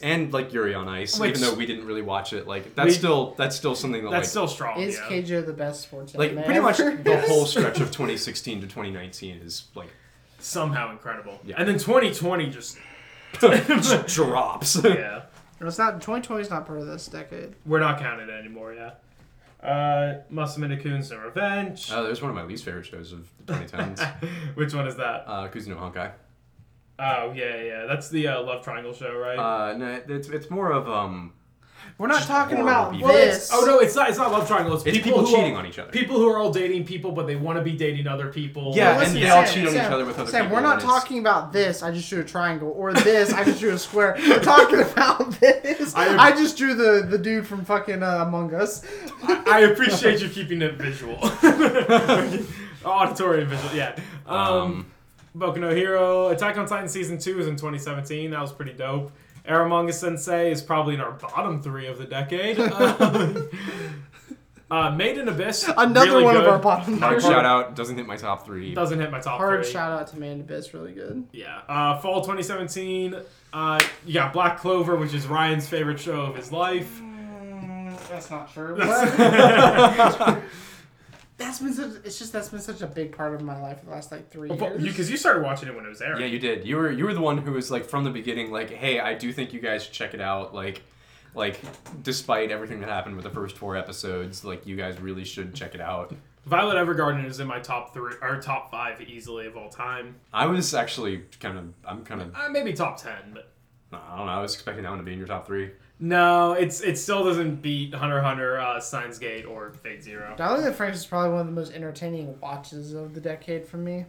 [SPEAKER 1] <laughs> and like Yuri on Ice,
[SPEAKER 2] Which-
[SPEAKER 1] even though we didn't really watch it. Like that's
[SPEAKER 2] We-
[SPEAKER 1] still that's still something that
[SPEAKER 2] That's
[SPEAKER 1] like
[SPEAKER 2] still strong.
[SPEAKER 3] Is
[SPEAKER 2] yeah.
[SPEAKER 3] Keijo the best sports
[SPEAKER 1] like
[SPEAKER 3] anime
[SPEAKER 1] pretty much
[SPEAKER 3] ever?
[SPEAKER 1] the whole stretch
[SPEAKER 2] <laughs>
[SPEAKER 1] of 2016 to 2019 is like <laughs>
[SPEAKER 2] somehow incredible.
[SPEAKER 1] Yeah.
[SPEAKER 2] And then 2020 just
[SPEAKER 1] just drops. <laughs> Uh,
[SPEAKER 2] yeah,
[SPEAKER 3] No, It's not 2020 is not part of this decade.
[SPEAKER 2] we're not counting it anymore. Yeah, uh, Masamune Kun's and Revenge.
[SPEAKER 1] Uh, there's one of my least favorite shows of the 2010s.
[SPEAKER 2] <laughs> Which one is that?
[SPEAKER 1] Uh, Kuzuno Honkai.
[SPEAKER 2] Oh yeah, yeah, that's the uh, love triangle show, right?
[SPEAKER 1] Uh, no, it's it's more of um.
[SPEAKER 3] We're not
[SPEAKER 1] Just
[SPEAKER 3] talking
[SPEAKER 1] horrible
[SPEAKER 3] about
[SPEAKER 1] people.
[SPEAKER 2] Well, it's-
[SPEAKER 3] this.
[SPEAKER 2] oh no, it's not. It's not love triangle. It's,
[SPEAKER 1] It's people,
[SPEAKER 2] people, who
[SPEAKER 1] cheating
[SPEAKER 2] are,
[SPEAKER 1] on each other.
[SPEAKER 2] people who are all dating people, but they want to be dating other people.
[SPEAKER 1] Yeah,
[SPEAKER 3] Listen,
[SPEAKER 1] and they all
[SPEAKER 3] Sam,
[SPEAKER 1] cheat on
[SPEAKER 3] Sam,
[SPEAKER 1] each other with other
[SPEAKER 3] Sam,
[SPEAKER 1] people,
[SPEAKER 3] we're not
[SPEAKER 1] and it's-
[SPEAKER 3] talking about this. I just drew a triangle, or this. I just drew a square. We're talking about this.
[SPEAKER 2] I-
[SPEAKER 3] I, just drew the the dude from fucking uh, Among Us.
[SPEAKER 2] I, I
[SPEAKER 3] <laughs>
[SPEAKER 2] appreciate you keeping it visual, <laughs> auditory and visual. Yeah. Um, Boku no Hero, Attack on Titan season two is in 2017. That was pretty dope. Aramanga Sensei is probably in our bottom three of the
[SPEAKER 3] <laughs>
[SPEAKER 2] decade. <laughs> Um, uh, Made in Abyss,
[SPEAKER 3] Another
[SPEAKER 2] really
[SPEAKER 3] one
[SPEAKER 2] good.
[SPEAKER 3] of our bottom.
[SPEAKER 1] Mark
[SPEAKER 3] tiers.
[SPEAKER 1] shout out doesn't hit my top three.
[SPEAKER 2] <laughs> doesn't hit my top
[SPEAKER 3] Hard
[SPEAKER 2] three.
[SPEAKER 3] shout out to Man Abyss, really good.
[SPEAKER 2] Yeah. Uh, fall 2017. Uh, you got Black Clover, which is Ryan's favorite show of his life.
[SPEAKER 3] Mm, that's not true.
[SPEAKER 1] <laughs>
[SPEAKER 3] that's been such. It's just that's been such a big part of my life for the last like three years.
[SPEAKER 2] Because you started watching it when it was airing.
[SPEAKER 1] <laughs> Yeah, you did. You were you were the one who was like from the beginning, like, hey, I do think you guys should check it out. Like, like despite everything that happened with the first four episodes, like you guys really should check it out.
[SPEAKER 2] Violet Evergarden is in my top three or top five easily of all time.
[SPEAKER 1] I was actually kind of, I'm kind of,
[SPEAKER 2] Uh, maybe top ten, but
[SPEAKER 1] I don't know. I was expecting that one to be in your top three.
[SPEAKER 2] no, it's it still doesn't beat Hunter x Hunter, uh, Steins Gate, or Fate Zero.
[SPEAKER 3] Dollar of the Franks is probably one of the most entertaining watches of the decade for me.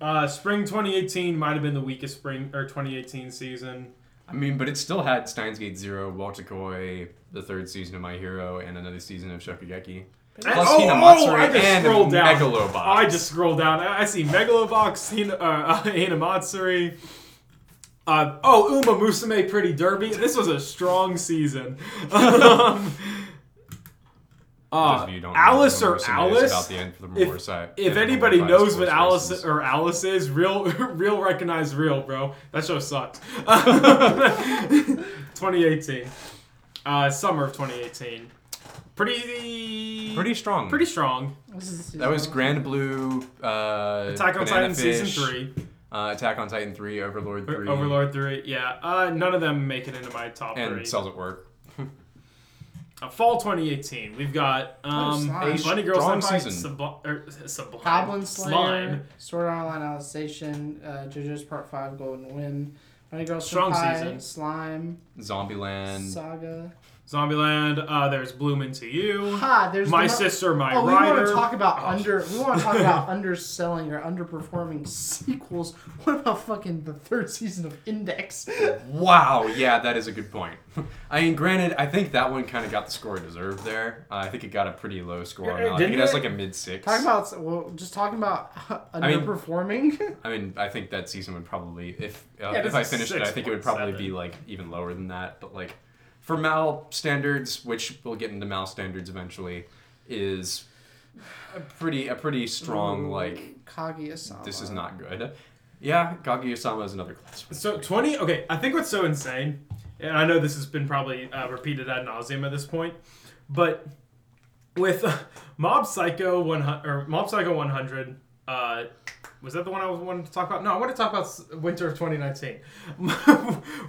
[SPEAKER 2] Uh, spring 2018 might have been the weakest spring or 2018 season.
[SPEAKER 1] I mean, but it still had Steins Gate Zero, Watakoi, the third season of My Hero, and another season of Shokugeki. Plus
[SPEAKER 2] Oh,
[SPEAKER 1] Hinamatsuri and Megalobox.
[SPEAKER 2] I just scrolled down. I I see Megalobox, Hin- uh, uh, <laughs> Hinamatsuri. Uh, oh, Uma Musume Pretty Derby. This was a strong season. <laughs> um, uh,
[SPEAKER 1] Those of you who don't know,
[SPEAKER 2] Alice
[SPEAKER 1] Little
[SPEAKER 2] or
[SPEAKER 1] Mercy May is
[SPEAKER 2] Alice?
[SPEAKER 1] About the end for the
[SPEAKER 2] if-
[SPEAKER 1] more side.
[SPEAKER 2] If
[SPEAKER 1] the
[SPEAKER 2] anybody
[SPEAKER 1] more
[SPEAKER 2] knows
[SPEAKER 1] biased
[SPEAKER 2] what
[SPEAKER 1] horse
[SPEAKER 2] Alice
[SPEAKER 1] races.
[SPEAKER 2] or Alice is, real, <laughs> real recognize real, bro. That show <laughs>
[SPEAKER 1] <laughs>
[SPEAKER 2] sucked. 2018, uh, summer of 2018, pretty,
[SPEAKER 1] pretty strong.
[SPEAKER 2] pretty strong.
[SPEAKER 3] This is the season
[SPEAKER 1] That was
[SPEAKER 3] one.
[SPEAKER 1] Grand Blue. Uh,
[SPEAKER 2] Attack on
[SPEAKER 1] Banana
[SPEAKER 2] Titan
[SPEAKER 1] Fish,
[SPEAKER 2] season three,
[SPEAKER 1] Uh, Attack on Titan three, Overlord three,
[SPEAKER 2] Overlord three. Yeah, uh, none of them make it into my top
[SPEAKER 1] and
[SPEAKER 2] three.
[SPEAKER 1] Cells at Work.
[SPEAKER 2] Uh, fall 2018, we've got um,
[SPEAKER 3] Oh, Slime.
[SPEAKER 2] Bunny Girl
[SPEAKER 1] Strong
[SPEAKER 2] Senpai,
[SPEAKER 1] season.
[SPEAKER 2] Subli- er, Sublime,
[SPEAKER 3] Goblin Slayer,
[SPEAKER 2] Slime.
[SPEAKER 3] Sword Art Online Alicization, uh, JoJo's Part 5, Golden Wind, Bunny Girl
[SPEAKER 2] Strong
[SPEAKER 3] Senpai,
[SPEAKER 2] season.
[SPEAKER 3] Slime,
[SPEAKER 1] Zombieland.
[SPEAKER 3] Saga.
[SPEAKER 2] Zombieland. Uh, there's Bloomin' to You.
[SPEAKER 3] Ha, there's
[SPEAKER 2] my
[SPEAKER 3] the mo-
[SPEAKER 2] sister, my
[SPEAKER 3] Oh, we want
[SPEAKER 2] rider.
[SPEAKER 3] to talk about
[SPEAKER 2] Oh.
[SPEAKER 3] under. We want to
[SPEAKER 1] <laughs>
[SPEAKER 3] talk about underselling or underperforming sequels. What about fucking the third season of Index?
[SPEAKER 1] Wow, yeah, that is a good point. <laughs> I mean, granted, I think that one kind of got the score it deserved there. Uh, I think it got a pretty low score. on
[SPEAKER 2] Yeah,
[SPEAKER 1] that. I think
[SPEAKER 2] didn't
[SPEAKER 1] it has
[SPEAKER 2] it?
[SPEAKER 1] like a mid six.
[SPEAKER 3] talking about well, just talking about uh,
[SPEAKER 1] mean-
[SPEAKER 3] underperforming.
[SPEAKER 1] I mean, I think that season would probably, if uh,
[SPEAKER 2] Yeah,
[SPEAKER 1] if
[SPEAKER 2] this
[SPEAKER 1] I
[SPEAKER 2] is
[SPEAKER 1] finished it, I think it would probably
[SPEAKER 2] 6.7.
[SPEAKER 1] be like even lower than that. But like, for Mal standards, which we'll get into Mal standards eventually, is a pretty a pretty
[SPEAKER 2] Mm.
[SPEAKER 1] strong like
[SPEAKER 3] Kaguya-sama.
[SPEAKER 1] this is not good. Yeah, Kaguya-sama is another classic.
[SPEAKER 2] So 20, okay, I think what's so insane, and I know this has been probably uh, repeated ad nauseum at this point, but with <laughs> uh, Mob Psycho 100, or Mob Psycho 100, uh, was that the one I was wanting to talk about? No, I want to talk about s- Winter of 2019. <laughs>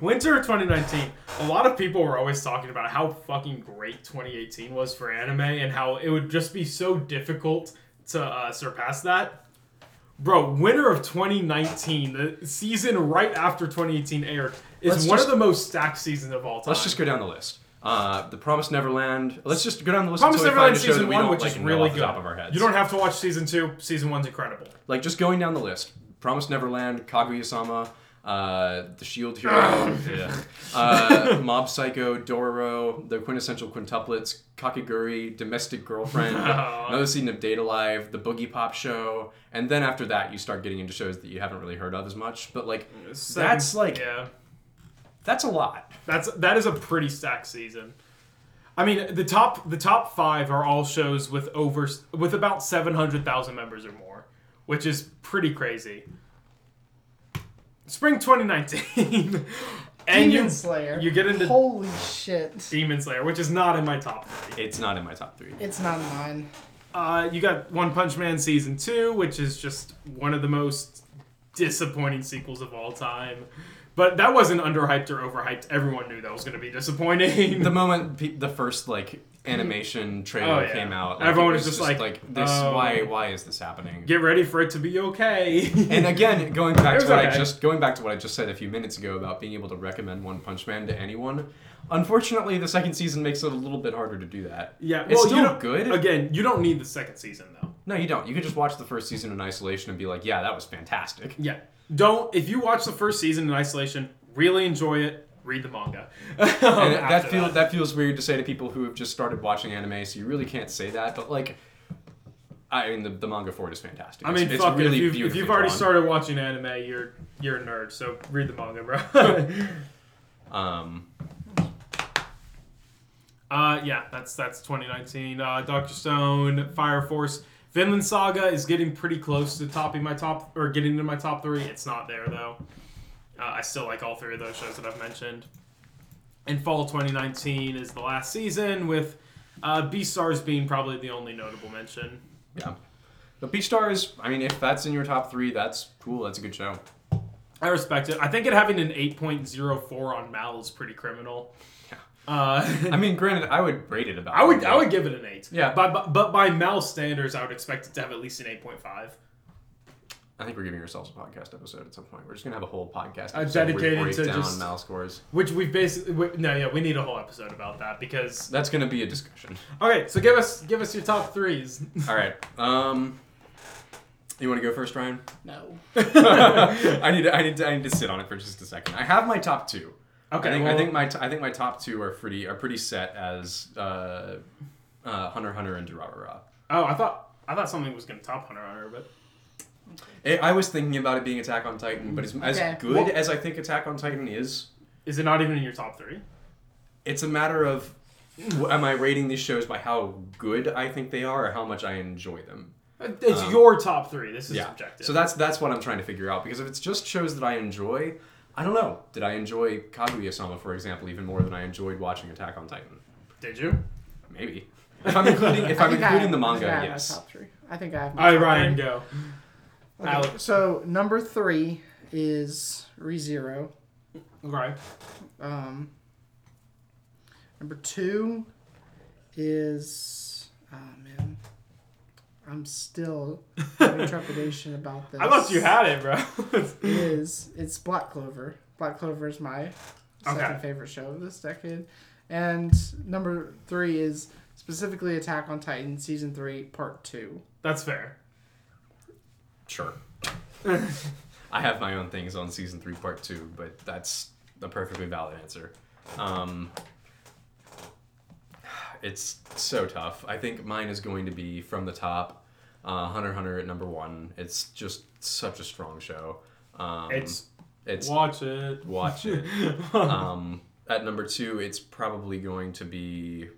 [SPEAKER 2] Winter of 2019, a lot of people were always talking about how fucking great 2018 was for anime and how it would just be so difficult to uh, surpass that. Bro, winter of 2019, the season right after 2018 aired, is
[SPEAKER 1] Let's
[SPEAKER 2] one
[SPEAKER 1] just-
[SPEAKER 2] of the most stacked seasons of all time.
[SPEAKER 1] Let's just go down the list. Uh, the Promised Neverland. Let's just go down the list.
[SPEAKER 2] Promise
[SPEAKER 1] until we find
[SPEAKER 2] Neverland
[SPEAKER 1] a show
[SPEAKER 2] season
[SPEAKER 1] that we
[SPEAKER 2] one,
[SPEAKER 1] don't,
[SPEAKER 2] which
[SPEAKER 1] like,
[SPEAKER 2] is
[SPEAKER 1] know
[SPEAKER 2] really
[SPEAKER 1] off
[SPEAKER 2] good.
[SPEAKER 1] The top of our heads.
[SPEAKER 2] You don't have to watch season two. Season one's incredible.
[SPEAKER 1] like just going down the list. Promised Neverland, Kaguya-sama, uh, the Shield Hero,
[SPEAKER 2] <laughs>
[SPEAKER 1] yeah. uh, Mob Psycho, Dororo, the quintessential quintuplets, Kakiguri, Domestic Girlfriend,
[SPEAKER 2] <laughs> Wow.
[SPEAKER 1] another season of Data Live, the Boogie Pop Show, and then after that you start getting into shows that you haven't really heard of as much. But like, That's like-
[SPEAKER 2] yeah.
[SPEAKER 1] that's a lot.
[SPEAKER 2] That's that is a pretty stacked season. I mean, the top the top five are all shows with over with about seven hundred thousand members or more, which is pretty crazy. Spring twenty nineteen, <laughs> and
[SPEAKER 3] Demon
[SPEAKER 2] you
[SPEAKER 3] Slayer.
[SPEAKER 2] you get into-
[SPEAKER 3] holy shit.
[SPEAKER 2] Demon Slayer, which is not in my top three.
[SPEAKER 1] It's not in my top three.
[SPEAKER 3] It's not mine.
[SPEAKER 2] Uh, you got One Punch Man season two, which is just one of the most disappointing sequels of all time. But that wasn't underhyped or overhyped. Everyone knew that was going to be
[SPEAKER 3] <laughs>
[SPEAKER 2] disappointing. <laughs>
[SPEAKER 1] the moment pe- the first like animation trailer
[SPEAKER 2] Oh, yeah.
[SPEAKER 1] came out, like,
[SPEAKER 2] Everyone
[SPEAKER 1] it
[SPEAKER 2] was just like,
[SPEAKER 1] this
[SPEAKER 2] "Oh."
[SPEAKER 1] why why is this happening?
[SPEAKER 2] Get ready for it to be okay.
[SPEAKER 1] and
[SPEAKER 2] <laughs>
[SPEAKER 1] again, going back
[SPEAKER 2] It
[SPEAKER 1] to
[SPEAKER 2] was
[SPEAKER 1] what I
[SPEAKER 2] okay.
[SPEAKER 1] just going back to what I just said a few minutes ago about being able to recommend One Punch Man to anyone. Unfortunately, the second season makes it a little bit harder to do that.
[SPEAKER 2] yeah,
[SPEAKER 1] It's
[SPEAKER 2] well,
[SPEAKER 1] still
[SPEAKER 2] you don't,
[SPEAKER 1] good.
[SPEAKER 2] Again, you don't need the second season though.
[SPEAKER 1] No, you don't. You could just watch the first season in isolation and be like, "Yeah, that was fantastic."
[SPEAKER 2] Yeah, don't. If you watch the first season in isolation, really enjoy it. Read the manga. <laughs> Oh,
[SPEAKER 1] and that feels that. feels weird to say to people who have just started watching anime, so you really can't say that. But like, I mean, the, the manga for it is fantastic.
[SPEAKER 2] I
[SPEAKER 1] It's-
[SPEAKER 2] mean,
[SPEAKER 1] it's
[SPEAKER 2] fuck
[SPEAKER 1] really
[SPEAKER 2] it. If you've, if
[SPEAKER 1] beautifully
[SPEAKER 2] you've already
[SPEAKER 1] drawn.
[SPEAKER 2] started watching anime, you're you're a nerd. So read the
[SPEAKER 1] <laughs>
[SPEAKER 2] manga, bro.
[SPEAKER 1] Um,
[SPEAKER 2] Uh, yeah, that's that's 2019. Uh, Doctor Stone, Fire Force, Vinland Saga is getting pretty close to topping my top or getting into my top three. It's not there though. Uh, I still like all three of those shows that I've mentioned. And Fall 2019 is the last season with uh, Beastars being probably the only notable mention.
[SPEAKER 1] yeah. But Beach Stars, I mean, if that's in your top three, that's cool. That's a good show.
[SPEAKER 2] I respect it. I think it having an 8.04 on Mal is pretty criminal. Uh, <laughs>
[SPEAKER 1] I mean, granted, I would rate it about.
[SPEAKER 2] I would
[SPEAKER 1] that.
[SPEAKER 2] I would give it an eight.
[SPEAKER 1] Yeah.
[SPEAKER 2] But but, but by Mal standards, I would expect it to have at least an 8.5.
[SPEAKER 1] I think we're giving ourselves a podcast episode at some point. We're just gonna have a whole podcast
[SPEAKER 2] Uh,
[SPEAKER 1] episode where we
[SPEAKER 2] dedicated
[SPEAKER 1] break
[SPEAKER 2] to
[SPEAKER 1] down
[SPEAKER 2] just-
[SPEAKER 1] mal scores.
[SPEAKER 2] Which we've basically we, no, yeah, we need a whole episode about that because
[SPEAKER 1] That's gonna be a discussion.
[SPEAKER 2] okay, so give us give us your top threes.
[SPEAKER 1] All
[SPEAKER 2] <laughs>
[SPEAKER 1] right. Um, you want to go first, Ryan? <laughs>
[SPEAKER 3] No.
[SPEAKER 1] I need to, I need to, I need to sit on it for just a second. I have my top two.
[SPEAKER 2] Okay,
[SPEAKER 1] I think,
[SPEAKER 2] well-
[SPEAKER 1] I think my t- I think my top two are pretty are pretty set as uh, uh, Hunter x Hunter and Durarara.
[SPEAKER 2] Oh, I thought I thought something was gonna top Hunter Hunter, but
[SPEAKER 1] Eh, I I was thinking about it being Attack on Titan, but as,
[SPEAKER 3] Okay.
[SPEAKER 1] as good
[SPEAKER 2] Well-
[SPEAKER 1] as I think Attack on Titan is,
[SPEAKER 2] is it not even in your top three?
[SPEAKER 1] it's a matter of w- am I rating these shows by how good I think they are or how much I enjoy them.
[SPEAKER 2] Uh, It's
[SPEAKER 1] Um,
[SPEAKER 2] your top three. This is
[SPEAKER 1] yeah.
[SPEAKER 2] subjective.
[SPEAKER 1] So that's that's what I'm trying to figure out because if it's just shows that I enjoy, I don't know. Did I enjoy Kaguya-sama, for example, even more than I enjoyed watching Attack on Titan?
[SPEAKER 2] did you?
[SPEAKER 1] Maybe. If I'm including if
[SPEAKER 3] <laughs>
[SPEAKER 1] I'm
[SPEAKER 3] I think I-
[SPEAKER 1] including the
[SPEAKER 3] I think
[SPEAKER 1] manga,
[SPEAKER 3] I have my
[SPEAKER 1] yes.
[SPEAKER 3] top three. I think I have.
[SPEAKER 2] All
[SPEAKER 3] my
[SPEAKER 2] right,
[SPEAKER 3] top
[SPEAKER 2] Ryan,
[SPEAKER 3] three.
[SPEAKER 2] go.
[SPEAKER 3] Okay,
[SPEAKER 2] Alex.
[SPEAKER 3] So number three is ReZero.
[SPEAKER 2] Okay.
[SPEAKER 3] Um, number two is ah man,
[SPEAKER 2] <laughs>
[SPEAKER 3] I'm still having trepidation about this.
[SPEAKER 2] I thought you had it, bro. <laughs>
[SPEAKER 3] is it's Black Clover. Black Clover is my second
[SPEAKER 2] Okay.
[SPEAKER 3] favorite show of this decade, and number three is specifically Attack on Titan season three part two.
[SPEAKER 2] that's fair.
[SPEAKER 1] Sure. I have my own things on season three, part two, but that's a perfectly valid answer. Um, it's so tough. I think mine is going to be from the top. Uh, Hunter x Hunter at number one. It's just such a strong show. Um,
[SPEAKER 2] It's
[SPEAKER 1] it's <laughs>
[SPEAKER 2] watch it. <laughs>
[SPEAKER 1] watch it. um, at number two, it's probably going to be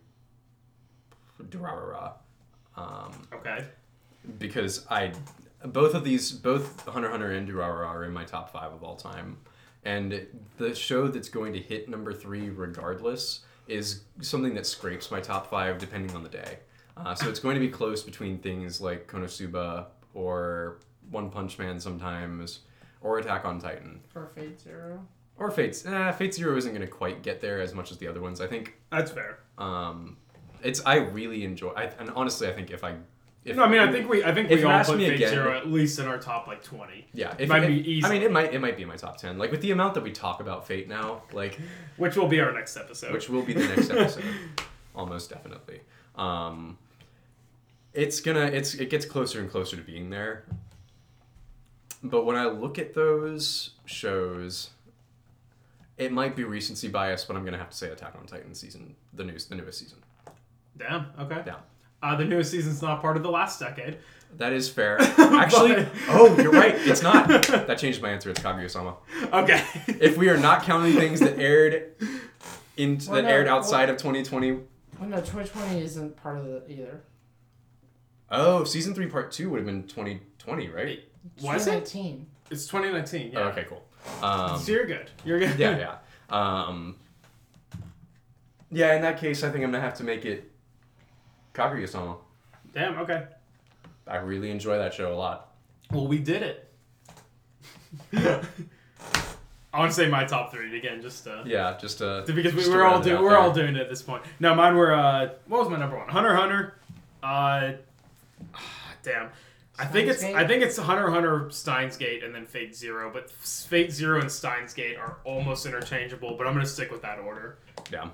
[SPEAKER 1] Durarara. Um,
[SPEAKER 2] Okay.
[SPEAKER 1] because I both of these both Hunter x Hunter and Durarara are in my top five of all time, and the show that's going to hit number three regardless is something that scrapes my top five depending on the day. Uh, so it's going to be close between things like Konosuba or One Punch Man sometimes, or Attack on Titan,
[SPEAKER 3] For Fate Zero.
[SPEAKER 1] or Fates. Eh, Fate Zero isn't going to quite get there as much as the other ones. I think
[SPEAKER 2] That's fair.
[SPEAKER 1] um, it's I really enjoy. I, and honestly, I think if I if
[SPEAKER 2] no, I mean, I think we I think
[SPEAKER 1] if
[SPEAKER 2] we
[SPEAKER 1] you
[SPEAKER 2] all
[SPEAKER 1] ask
[SPEAKER 2] put
[SPEAKER 1] me
[SPEAKER 2] Fate
[SPEAKER 1] again-
[SPEAKER 2] Zero at least in our top like twenty.
[SPEAKER 1] Yeah, if,
[SPEAKER 2] Might
[SPEAKER 1] if-
[SPEAKER 2] be easy.
[SPEAKER 1] I mean, it might it might be in my top ten. Like with the amount that we talk about fate now, like
[SPEAKER 2] Which will be our next episode.
[SPEAKER 1] which will be the next episode, almost definitely. Um, it's gonna it's it gets closer and closer to being there. But when I look at those shows, it might be recency bias, but I'm gonna have to say Attack on Titan season, the news, the newest season.
[SPEAKER 2] Damn. Okay.
[SPEAKER 1] Yeah.
[SPEAKER 2] Uh, the newest season's not part of the last decade.
[SPEAKER 1] That is
[SPEAKER 2] <laughs>
[SPEAKER 1] fair. Actually,
[SPEAKER 2] But-
[SPEAKER 1] oh, you're right. It's not. That changed my answer. It's Kaguya-sama.
[SPEAKER 2] Okay. <laughs>
[SPEAKER 1] If we are not counting things that aired in
[SPEAKER 3] Well,
[SPEAKER 1] that
[SPEAKER 3] no,
[SPEAKER 1] aired
[SPEAKER 3] well-
[SPEAKER 1] outside of 2020,
[SPEAKER 3] Well, no, 2020 isn't part of the either.
[SPEAKER 1] oh, season three part two would have been 2020, right?
[SPEAKER 2] Was it?
[SPEAKER 3] 2019.
[SPEAKER 2] It's 2019. Yeah.
[SPEAKER 1] Oh, okay, cool. Um,
[SPEAKER 2] So you're good. You're good.
[SPEAKER 1] yeah, yeah. Um, yeah, in that case, I think I'm gonna have to make it Kaguya-sama.
[SPEAKER 2] <laughs> Damn. Okay.
[SPEAKER 1] I really enjoy that show a lot.
[SPEAKER 2] Well, we did it. <laughs> I want to say my top three again, just to
[SPEAKER 1] Yeah, just uh,
[SPEAKER 2] because we
[SPEAKER 1] just to
[SPEAKER 2] were all
[SPEAKER 1] round it
[SPEAKER 2] doing
[SPEAKER 1] out
[SPEAKER 2] we're
[SPEAKER 1] there.
[SPEAKER 2] all doing it at this point. No, mine were uh, what was my number one? Hunter x Hunter. Uh, <sighs> ah, damn. I think it's
[SPEAKER 3] Steins Gate?
[SPEAKER 2] I think it's Hunter x Hunter Steins Gate and then Fate Zero, but Fate Zero and Steins Gate are almost interchangeable. But I'm gonna stick with that order.
[SPEAKER 1] Yeah,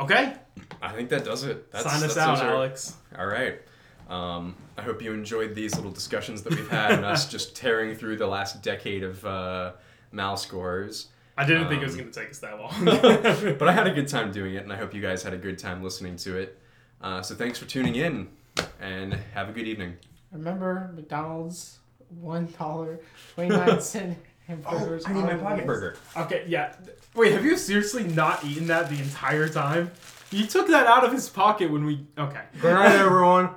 [SPEAKER 2] Okay,
[SPEAKER 1] I think that does it. That's,
[SPEAKER 2] sign us
[SPEAKER 1] that's
[SPEAKER 2] out,
[SPEAKER 1] those are-
[SPEAKER 2] Alex.
[SPEAKER 1] All right. Um, I hope you enjoyed these little discussions that we've had and us just tearing through the last decade of uh, Mal scores. <laughs>
[SPEAKER 2] I didn't think it was
[SPEAKER 1] Um,
[SPEAKER 2] gonna take us that
[SPEAKER 1] <laughs>
[SPEAKER 2] long.
[SPEAKER 1] but I had a good time doing it, and I hope you guys had a good time listening to it. Uh, so thanks for tuning in, and have a good evening.
[SPEAKER 3] Remember McDonald's one dollar twenty nine cent
[SPEAKER 2] Oh,
[SPEAKER 3] hamburgers. are the best.
[SPEAKER 1] burger.
[SPEAKER 2] <laughs> Okay, yeah. Wait, have you seriously not eaten that the entire time? You took that out of his pocket when we. Okay.
[SPEAKER 1] Good night, everyone.